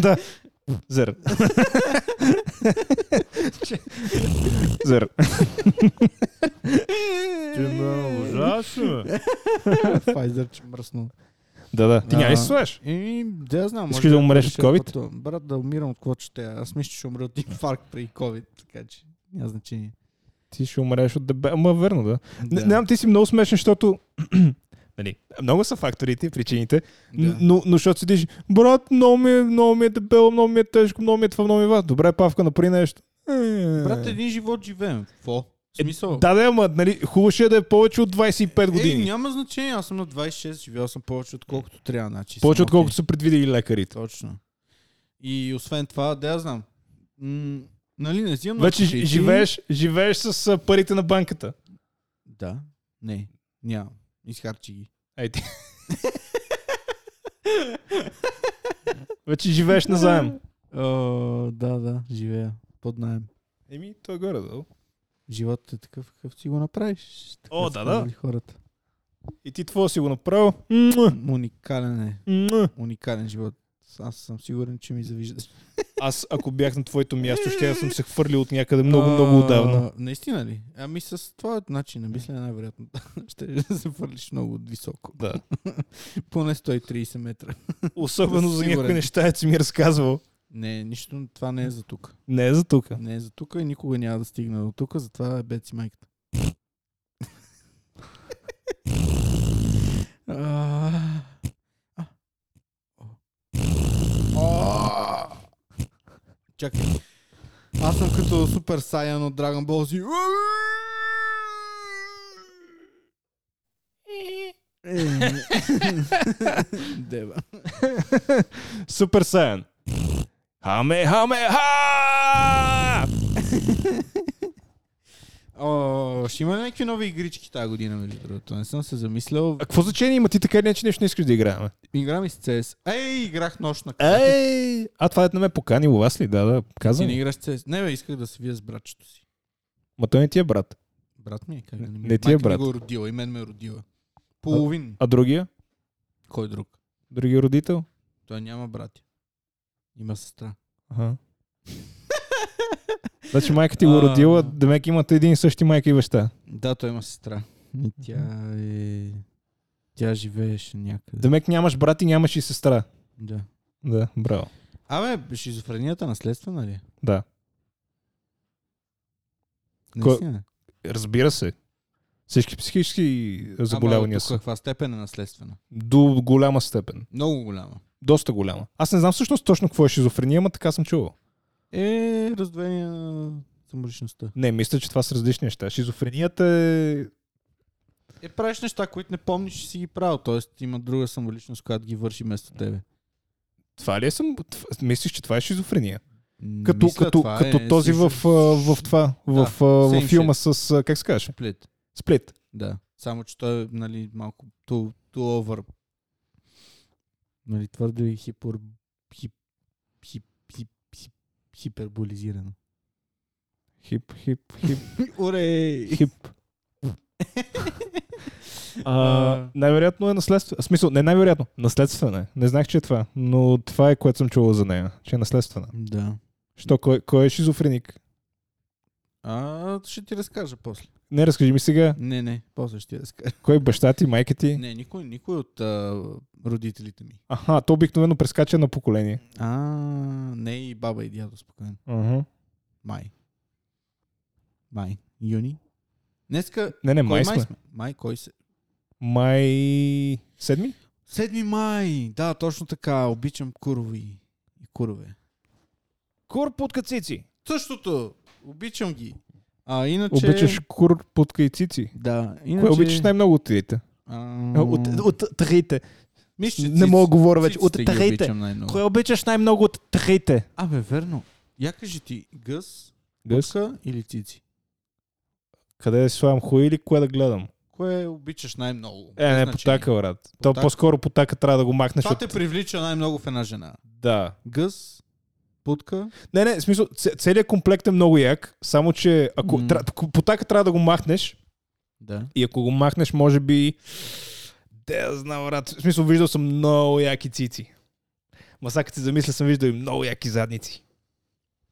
S2: да. Зер. Зер.
S5: Ти ме лъжаш, бе.
S1: Pfizer, че мръсно.
S2: Да, да. Ти няма ли се
S1: А,
S2: слоеш?
S1: И, Е, да я знам.
S2: Искаш
S1: може
S2: да умреш
S1: ще
S2: от COVID?
S1: пътувам. Брат, да умирам от какво чете. Аз мисля, че ще умра от инфаркт при COVID, така че няма значение.
S2: Ти ще умреш от дебе. Ама верно, да. Не,
S1: Да.
S2: не, знам, ти си много смешен, защото... нали, много са факторите, причините,
S1: Да.
S2: но, но защото седиш, брат, много ми, е- много ми е дебело, много ми е тежко, много ми е това, много ми е това. Добре, Павка, направи нещо. Е.
S1: Брат, един живот живеем. Какво? В Смисъл?
S2: Да, да, ама, нали, хубаво ще е да е повече от 25
S1: Е,
S2: години.
S1: няма значение. Аз съм на 26, живял съм повече отколкото трябва. Значи,
S2: повече
S1: съм
S2: отколкото са предвидели лекарите.
S1: Точно. И освен това, да я знам. М- нали, не взимам
S2: Вече ж-
S1: наркотици.
S2: живееш, живееш с а, парите на банката.
S1: Да. Не, няма. Изхарчи ги.
S2: Ей ти. Вече живееш назаем.
S1: О, да, да, живея. Под найем.
S2: Еми, той е горе, да.
S1: Животът е такъв, какъв си го направиш. Така
S2: О,
S1: са
S2: да, да.
S1: станали хората.
S2: И ти това си го направил.
S1: Уникален е.
S2: Муа.
S1: Уникален живот. Аз съм сигурен, че ми завиждаш.
S2: Аз, ако бях на твоето място, ще да съм се хвърлил от някъде много, много отдавна.
S1: А, Наистина ли? Ами с твоят начин на мислене най-вероятно ще се фърлиш много високо.
S2: Да.
S1: Поне 130 метра.
S2: Особено за някои
S1: Сигурен.
S2: неща, че си ми е разказвал.
S1: Не, нищо, това не е за тук.
S2: Не е за тук.
S1: Не е за тук и никога няма да стигна до тук, затова е бед си майката. А, а. А. Чакай. Аз съм като Супер Саян от Dragon Ball Z.
S3: Е,
S1: Дева.
S2: Супер Сайен. Хаме, хаме, ха!
S1: О, ще има някакви нови игрички тази година, между другото. Не съм се замислял.
S2: А какво значение има ти така или иначе нещо не искаш да играем?
S1: Играм и с CS. Ей, играх нощна.
S2: Ей! А това е не ме поканило вас ли? Да, да,
S1: Ти
S2: казвам.
S1: не играш CS. Не, бе, исках да се вия с братчето си.
S2: Ма той не ти е брат.
S1: Брат ми е как да не ми
S2: Не ти е
S1: майка ми
S2: брат.
S1: го е родила и мен ме е родила. Половин.
S2: А другия?
S1: Кой друг?
S2: Другия родител?
S1: Той няма брати. Има сестра.
S2: Аха. Значи майка ти го
S1: А.
S2: родила, демек имате един и същи майка и баща.
S1: Да, той има сестра. И тя е... Тя живееше някъде.
S2: Демек нямаш брат и нямаш и сестра.
S1: Да.
S2: Да, браво.
S1: Абе, шизофренията наследствена ли? е?
S2: Да. Кой-
S1: Наистина.
S2: Разбира се. Всички психически заболявания
S1: Ама, до
S2: са.
S1: каква степен е наследствена?
S2: До голяма степен.
S1: Много голяма.
S2: Доста голяма. Аз не знам всъщност точно какво е шизофрения, ама така съм чувал.
S1: Е, раздвоение на самоличността.
S2: Не, мисля, че това са различни неща. Шизофренията е...
S1: Е, правиш неща, които не помниш, че си ги правил. Тоест има друга самоличност, която ги върши вместо тебе.
S2: Това ли е съм... тв- Мислиш, че това е шизофрения?
S1: М,
S2: Като,
S1: мисля,
S2: като,
S1: това
S2: като
S1: е
S2: този в,
S1: също-
S2: а, в това, в,
S1: Да,
S2: а, в
S1: same
S2: филма с... а, Как се казваше?
S1: Сплит.
S2: Сплит.
S1: Да. Само, че той е, нали, малко too, too over. Нали, твърде е хипор... Хип, хип, хип, хип, хиперболизирано.
S2: Хип, хип, хип,
S1: Уре!
S2: хип. А, най-вероятно е наследствена. В смисъл, не най-вероятно. Наследствена е. Не знаех, че е това. Но това е, което съм чувал за нея. Че е наследствена.
S1: Да.
S2: Що, кой, кой е шизофреник?
S1: А, ще ти разкажа после.
S2: Не, разкажи ми сега.
S1: Не, не, после ще ти разкажа.
S2: Кой е баща ти, майка ти?
S1: Не, никой, никой от а, родителите ми.
S2: Аха, то обикновено прескача на поколение.
S1: А, не и баба и дядо, спокойно.
S2: Ага.
S1: Май. Май. Юни. Днеска...
S2: Не, не,
S1: Кой
S2: май сме.
S1: Май, кой се...
S2: Май... Седми?
S1: 7 май! Да, точно така. Обичам курови. И курове.
S2: Кур под кацици.
S1: Същото! Обичам ги. А, иначе...
S2: Обичаш кур под кайцици.
S1: Да, иначе...
S2: Кое обичаш най-много от трите?
S1: А,
S2: От, от трите.
S1: Мисля, че
S2: Не
S1: ци-
S2: мога да говоря вече. От
S1: циците ги
S2: трите.
S1: обичам най-много.
S2: Кое обичаш най-много от трите?
S1: Абе, верно. Я кажи ти, гъс,
S2: Гъс?
S1: пука или цици?
S2: Къде да си слагам хуй или кое да гледам?
S1: Кое обичаш най-много?
S2: Е,
S1: Без
S2: не,
S1: значение.
S2: потака, брат. То
S1: Потака.
S2: по-скоро потака трябва да го махнеш
S1: Това
S2: от...
S1: те привлича най-много в една жена.
S2: Да.
S1: Гъс, путка.
S2: Не, не, в смисъл, ц- целият комплект е много як, само че ако...
S1: М.
S2: Mm. Потака трябва да го махнеш,
S1: Да.
S2: И ако го махнеш, може би... Де да знам, брат. В смисъл, виждал съм много яки цици. Ма сега като се замисля, съм виждал и много яки задници.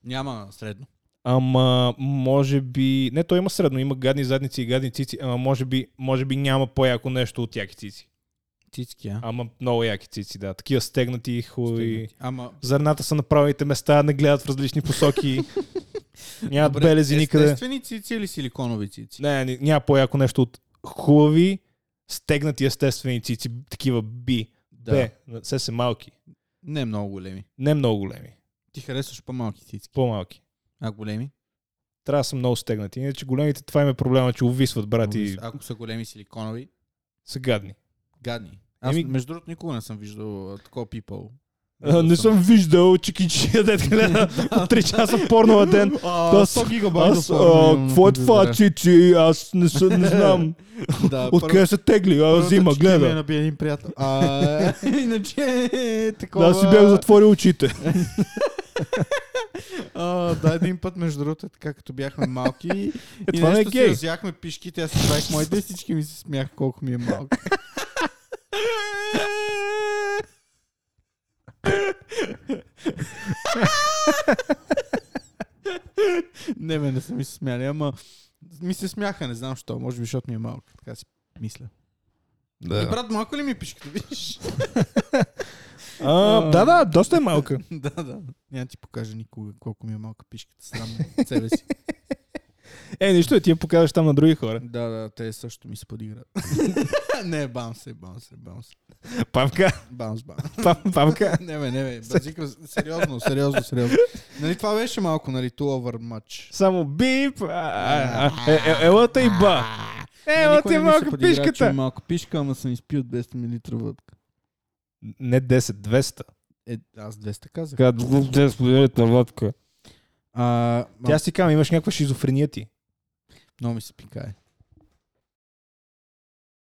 S1: Няма средно.
S2: Ама, може би... Не, той има средно. Има гадни задници и гадни цици. Ама, може би, може би няма по-яко нещо от яки цици.
S1: Цицки, а?
S2: Ама много яки цици, да. Такива стегнати, хуй.
S1: Стегнати. Ама...
S2: Зърната са на правилните места, не гледат в различни посоки. Нямат
S1: Добре,
S2: белези никъде.
S1: Естествени цици или силиконови цици?
S2: Не, не, няма по-яко нещо от хубави, стегнати естествени цици, такива би. Да. Бе, се са малки.
S1: Не много големи.
S2: Не много големи.
S1: Ти харесваш по-малки цици.
S2: По-малки.
S1: А големи?
S2: Трябва да са много стегнати. Иначе големите, това им е проблема, че увисват, брати,
S1: Ако са големи силиконови,
S2: са гадни.
S1: гадни. Аз,
S2: Еми-
S1: между другото, никога не съм виждал а, такова people.
S2: А, не съм виждал чекичия дет гледа 3 часа порно на ден.
S1: А,
S2: Аз-
S1: 100 гигабайта.
S2: Аз, а, какво е това, чичи? Аз не, съ, не знам.
S1: Да,
S2: Откъде се тегли? А, взима, гледа.
S1: наби е един приятел. А, иначе е такова...
S2: Да, аз си бях затворил очите.
S1: А, да, един път, между другото, е така като бяхме малки. и
S2: Е, това не е
S1: нещо си
S2: гей.
S1: Разяхме пишките, аз си правих моите и всички ми се смях колко ми е малко. не, бе, не са ми се смяли, ама ми се смяха, не знам защо. Може би, защото ми е малко. Така си мисля. Да. брат, малко ли ми е пишката, виж?
S2: А, да, да, доста е малка.
S1: да, да. Няма ти покажа никога колко ми е малка пишката. Срам ме от себе си.
S2: Е, нищо, ти я покажеш там на други хора.
S1: Да, да, те също ми се подиграват. не, баунс е, баунс е, баунс.
S2: Памка,
S1: Баунс, баунс.
S2: пам, памка.
S1: Не, бе, не, бе. Базика, сериозно, сериозно, сериозно. Нали, това беше малко, нали, two over match.
S2: Само бип. а, а, а, е, е, Ела те и ба. Ела ти малка пишката.
S1: Малко пишка, ама съм изпил 200 мл водка.
S2: Не 10, 200.
S1: Е, аз 200 казах.
S5: Като те споделят на водка.
S1: А,
S2: Тя си кам, имаш някаква шизофрения ти.
S1: много ми се пикае.